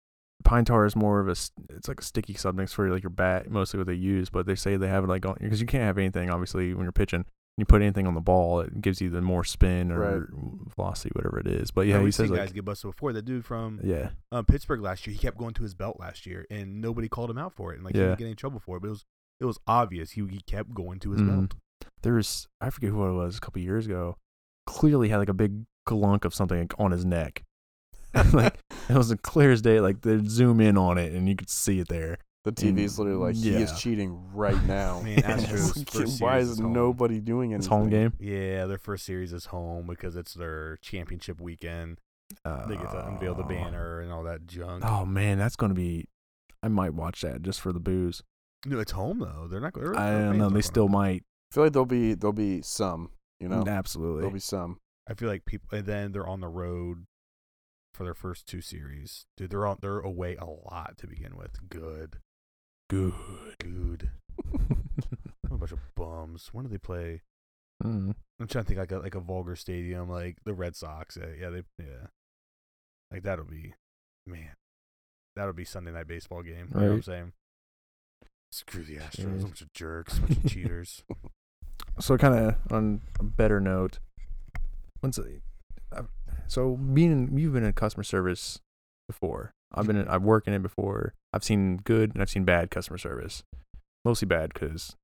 Pine tar is more of a s- it's like a sticky substance for like your bat mostly what they use, but they say they have it like on because you can't have anything obviously when you're pitching. You put anything on the ball, it gives you the more spin or velocity, whatever it is. But yeah, we he seen says guys like get busted before. The dude from yeah, uh, Pittsburgh last year, he kept going to his belt last year, and nobody called him out for it, and like he Yeah. didn't get any trouble for it. But it was it was obvious he he kept going to his Mhm. belt. there's I forget who it was a couple years ago. Clearly had like a big glunk of something on his neck. like it was the clearest day. Like they'd zoom in on it and you could see it there. The TV's literally like he is Mm, Yeah. cheating right now. Man, Yeah. Astros Like, first Why series is home. nobody doing anything? His home game. Yeah, their first series is home because it's their championship weekend. They get to unveil the Oh. banner and all that junk. Oh man, that's gonna be. I might watch that just for the booze. No, it's home though. They're not. They're, I their don't fans know. aren't They going still home. might. I feel like there'll be there'll be some, you know, Absolutely. there'll be some. I feel like people, and then they're on the road for their first two series. Dude, they're on. They're away a lot to begin with. Good, good. good. What a bunch of bums. When do they play? Mm. I'm trying to think like a like a vulgar stadium, like the Red Sox. Uh, Yeah, yeah, they yeah. Like that'll be, man, that'll be Sunday night baseball game. You know what I'm Right. saying? Screw the Astros, Cheers. a bunch of jerks, a bunch of cheaters. So kind of on a better note, once I- so being in, you've been in customer service before. I've been in, I've worked in it before. I've seen good and I've seen bad customer service. Mostly bad because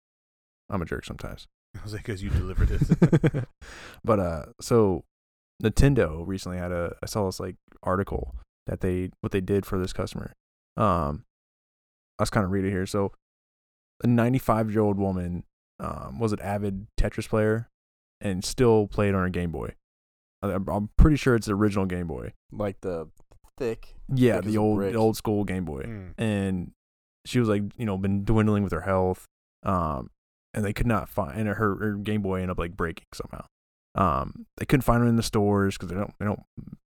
I'm a jerk sometimes. I was like, because you delivered it. but uh, so Nintendo recently had a I saw this like article that they what they did for this customer. Um, I was kind of reading here. So a 95 year old woman um was an avid Tetris player and still played on her Game Boy. I- I'm I'm pretty sure it's the original Game Boy. like the thick. Yeah, Thick as the a old brick. the old school Game Boy. Mm. Mm-hmm. and she was like, you know, been dwindling with her health, um, and they could not find and her, her Game Boy ended up like breaking somehow. Um, they couldn't find her in the stores because they don't they don't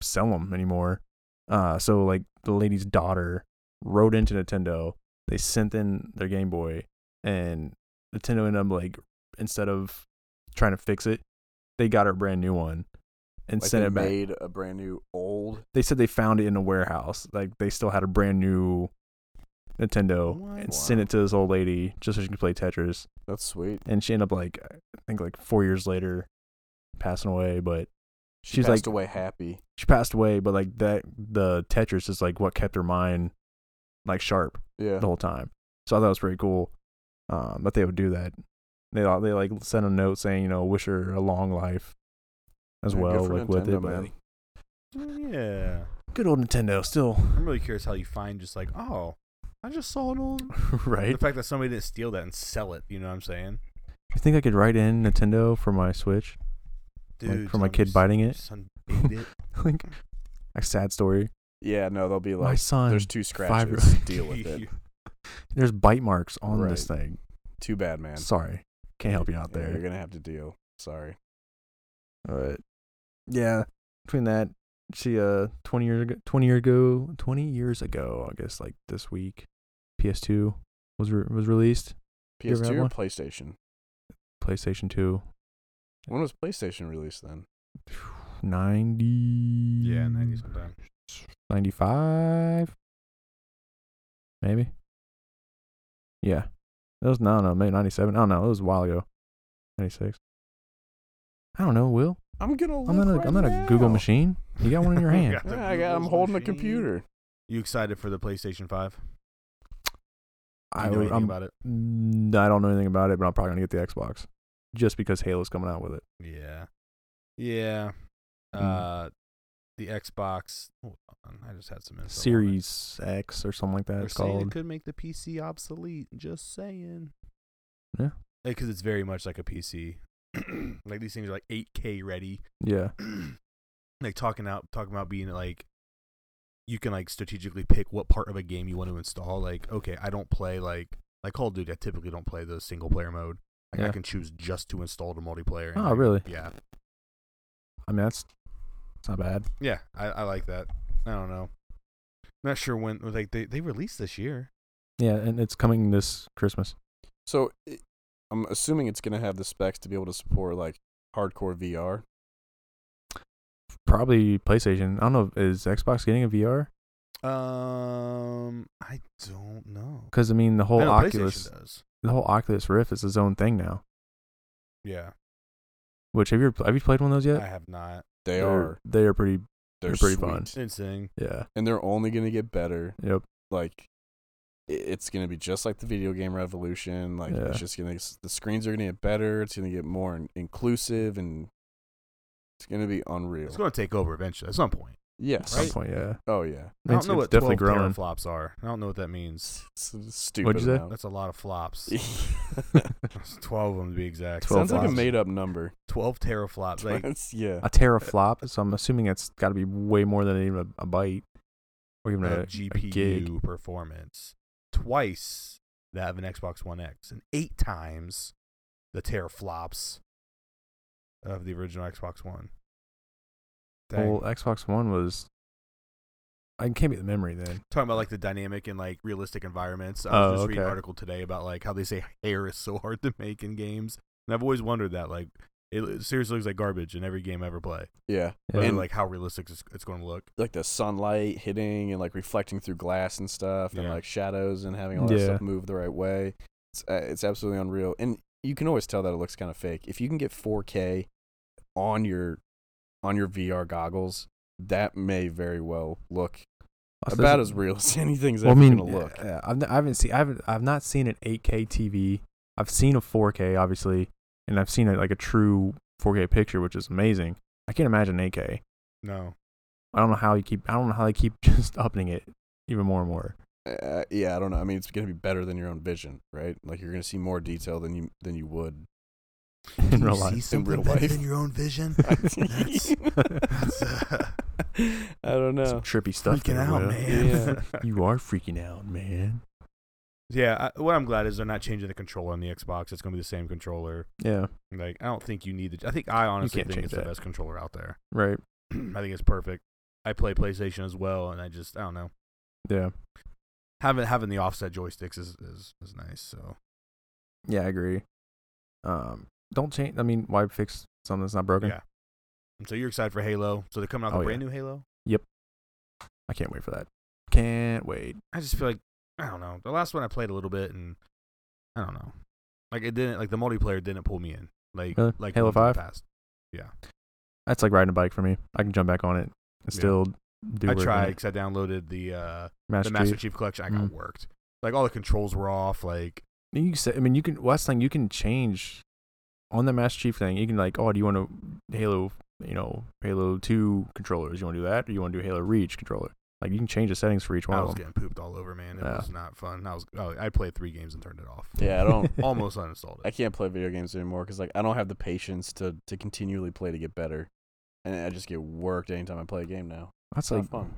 sell them anymore. Uh, so like the lady's daughter wrote into Nintendo. They sent in their Game Boy, and Nintendo ended up like instead of trying to fix it, they got her a brand new one and Like sent they it back made a brand new old. they said they found it in a warehouse. Like they still had a brand new Nintendo What? and sent it to this old lady just so she could play Tetris. That's sweet. And she ended up like I think like four years later passing away, but She She's passed like- away happy. she passed away, but like that the Tetris is like what kept her mind like sharp Yeah. the whole time. So I thought it was pretty cool. Um that they would do that. They they like sent a note saying, you know, wish her a long life as Yeah, good well, for like with Nintendo, it. But man. like, Hmm. Yeah. good old Nintendo still I'm really curious how you find just like, oh, I just saw an old. right. The fact that somebody didn't steal that and sell it, you know what I'm saying? You think I could write in Nintendo for my Switch? Like, from a son, kid you s- biting you it? Son bigged it. like a sad story. Yeah. No, they'll be My like, son, there's two five-year-old- scratches. Deal with it. there's bite marks on this thing. Too bad, man. Sorry, can't help you out Yeah, there. You're gonna have to deal. Sorry. But yeah, between that, she uh, twenty years ago, twenty year ago, twenty years ago, I guess like this week, PS2 was re- was released. You ever PS2 have or one? PlayStation? PlayStation 2, When was PlayStation released then? 90, Yeah, 90 sometime. 95 maybe yeah it was no no maybe 97 i don't know it was a while ago 96 i don't know will I'm gonna. Look i'm not a, right am not now. a google machine you got one in your hand Got the Yeah, I got, I'm Google's holding a machine. computer. You excited for the PlayStation 5? Do you know I, would- um, anything I'm- about it? Mm, I don't know anything about it but i'm probably gonna get the xbox just because halo's coming out with it Yeah. Yeah. Mm. Uh, the Xbox. Hold on. I just had some info. on it. series x or something like that They're it's saying it called could make the PC obsolete. Just saying. Yeah. Because it's very much like a PC. like these things are like 8K ready. yeah like talking out talking about being like you can like strategically pick what part of a game you want to install like okay i don't play like like call of duty i typically don't play the single player mode like i Yeah. can choose just to install the multiplayer and, Oh, like, really? yeah i mean that's it's not bad yeah I, I like that i don't know not sure when like they, they released this year yeah and it's coming this christmas So it, I'm assuming it's gonna have the specs to be able to support like hardcore VR. probably playstation i don't know is xbox getting a vr um i don't know because i mean the whole I know PlayStation oculus does the whole Oculus Rift is its own thing now. yeah Which have you ever- have you played one of those yet? i have not They they're, are. They are pretty. They're, they're pretty fun. sweet. insane Yeah. and they're only gonna get better. Yep. Like i- it's gonna be just like the video game revolution. Like Yeah. it's just gonna the screens are gonna get better. It's gonna get more in- inclusive and it's gonna be unreal. it's going to take over eventually at some point At yes. some point, yeah. Oh yeah. i It's- don't know what 12 it's definitely growing. teraflops are i don't know what that means It's a stupid. say? amount. That's a lot of flops. That's 12 of them to be exact. 12 Sounds like a flops. made up number. 12 teraflops. Like, It's- yeah. a teraflop, so I'm assuming it's got to be way more than even a, a byte or even a, of a gig. GPU performance. Twice that of an Xbox One X, and eight times the teraflops of the original Xbox One. Dang. Well, Xbox One was. I can't beat the memory then. Talking about like the dynamic and like realistic environments. I Oh, was just reading an okay. article today about like how they say hair is so hard to make in games, and I've always wondered that. Like, it seriously looks like garbage in every game I ever play. Yeah. Yeah. But And- like how realistic it's, it's going to look. Like the sunlight hitting and like reflecting through glass and stuff, and Yeah. like shadows and having all that Yeah. stuff move the right way. It's uh, it's absolutely unreal, and you can always tell that it looks kind of fake. If you can get 4K on your on your VR goggles, that may very well look Also, about there's- as real as anything's Well, I ever mean, gonna look. yeah, yeah, I've n- I haven't seen. I haven't. I've not seen an 8K TV. I've seen a 4K, obviously, and I've seen a, like a true 4K picture, which is amazing. I can't imagine 8K. No. I don't know how you keep. I don't know how they keep just upping it even more and more. Uh, yeah, I don't know. I mean, it's gonna be better than your own vision, right? Like you're gonna see more detail than you than you would in Do you real see life. something real better life. than your own vision? That's- that's, uh, I don't know. Some trippy stuff. freaking there, out, Will. man. Yeah, You are freaking out, man. I, what I'm glad is they're not changing the controller on the Xbox. It's going to be the same controller. Yeah. Like, I don't think you need the. I think I honestly can't think change it's that. the best controller out there. Right. I think it's perfect. I play PlayStation as well, and I just I don't know Yeah. having having the offset joysticks is is, is nice. So Yeah, I agree. Um, don't change. I mean, why fix something that's not broken? Yeah. and so you're excited for Halo? So they're coming out with Oh, a yeah. brand new Halo. I can't wait for that. Can't wait. I just feel like I don't know. The last one I played a little bit, and I don't know. Like it didn't like the multiplayer didn't pull me in. Like Really? like Halo ones in the 5? Past. That's like riding a bike for me. I can jump back on it and Yeah. still do. I work on tried it. because I downloaded the uh Master, the Master Chief. Chief, Collection. I got Mm. worked. Like all the controls were off. Like You can say, I mean, you can. Well, that's the thing. You can change on the Master Chief thing. You can like, oh, do you want to Halo? You know, Halo Two controllers. You want to do that, or you want to do Halo Reach controller? Like, you can change the settings for each one I of was them. getting pooped all over, man. It Yeah. was not fun. I was oh, I played three games and turned it off. Yeah, I don't. Almost uninstalled I it. can't play video games anymore because like I don't have the patience to to continually play to get better, and I just get worked anytime I play a game now. That's It's not like fun.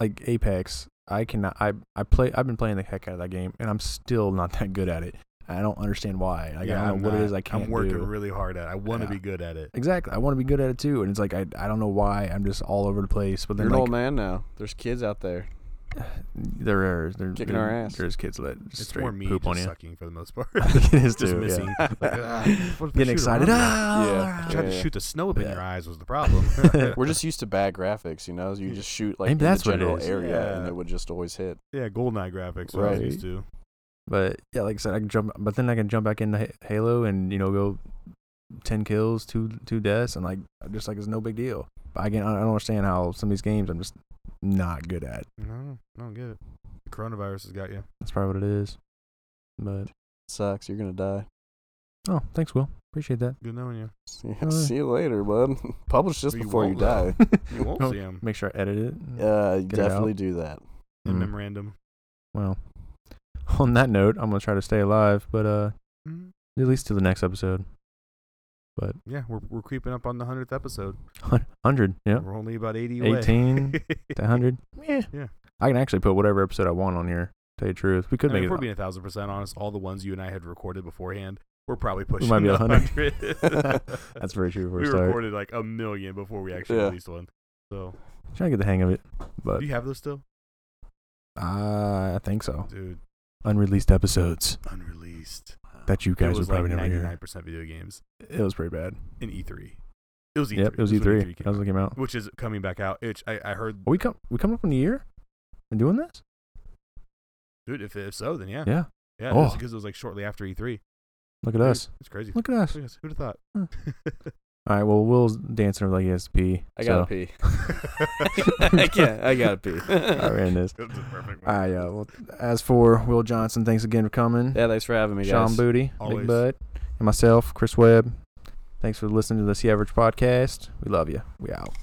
like Apex, I cannot. I I play. I've been playing the heck out of that game, and I'm still not that good at it. I don't understand why. Like, I don't I'm know what not- it is I can't I'm working do. really hard at. it. I want to Yeah. be good at it. exactly. I want to be good at it too, and it's like I, I don't know why. I'm just all over the place. But You're then an old like man now. There's kids out there. there are they're Kicking our ass. There's kids that just It's straight more me poop on just you. sucking for the most part. it is just too, yeah. missing. Like, ah, what if I shoot Getting excited. around? Ah, Yeah. all right. I tried to Yeah. shoot the snow up in Yeah. your eyes was the problem. We're just used to bad graphics, you know. You just shoot like Maybe in that's the what it general is. area, and Yeah. it would just always hit. yeah, GoldenEye graphics. Right. I was Right. used to. But yeah, like I said, I can jump. But then I can jump back into Ha- Halo and you know go ten kills, two two deaths, and like just like it's no big deal. But I can I don't understand how some of these games I'm just not good at. No, I don't get it. The coronavirus has got you. That's probably what it is. But Sucks. You're gonna die. oh, thanks, Will. Appreciate that. Good knowing you. See, Uh. see you later, bud. Publish this Or you before you won't, though. die. You won't Oh, see him. Make sure I edit it. Uh, Get it out. definitely do that. The Mm. memorandum. Well, on that note, I'm gonna try to stay alive, but uh, Mm. at least to the next episode, Yeah, we're, we're creeping up on the hundredth episode. hundred. Yeah, We're only about eighty. away. eighteen to hundred. Yeah. Yeah. I can actually put whatever episode I want on here. Tell you the truth, we could I mean, make if we're it. being a thousand percent honest, all the ones you and I had recorded beforehand, we're probably pushing. might be a 100. hundred. That's very true. For we a start. recorded like a million before we actually Yeah. released one. So Trying to get the hang of it, but do you have those still, uh, I think so. dude? Unreleased episodes Unreleased. that you guys it would was probably like never ninety hear. nine percent video games It was pretty bad. in E three. It was E three. Yep, it was when E3. came That was out, what came out. Are which is coming back out. Which I, I heard, we come? We coming up on a year? And doing this? dude. If, if so, then yeah, Yeah. yeah. it was Oh. because it was like shortly after E three. Look at us. It's crazy. Look at us. Look at us. Who'd have thought? Huh. All right. Well, Will's dancing over like he has to pee. I gotta so- pee. I can't. I gotta pee. All right, we're in this. That's a perfect All one. right. Yeah. Well, as for Will Johnson, thanks again for coming. Yeah, thanks for having me, Sean guys. Booty, Big Always. Bud, and myself, Chris Webb. Thanks for listening to the Sea Average Podcast. We love you. We out.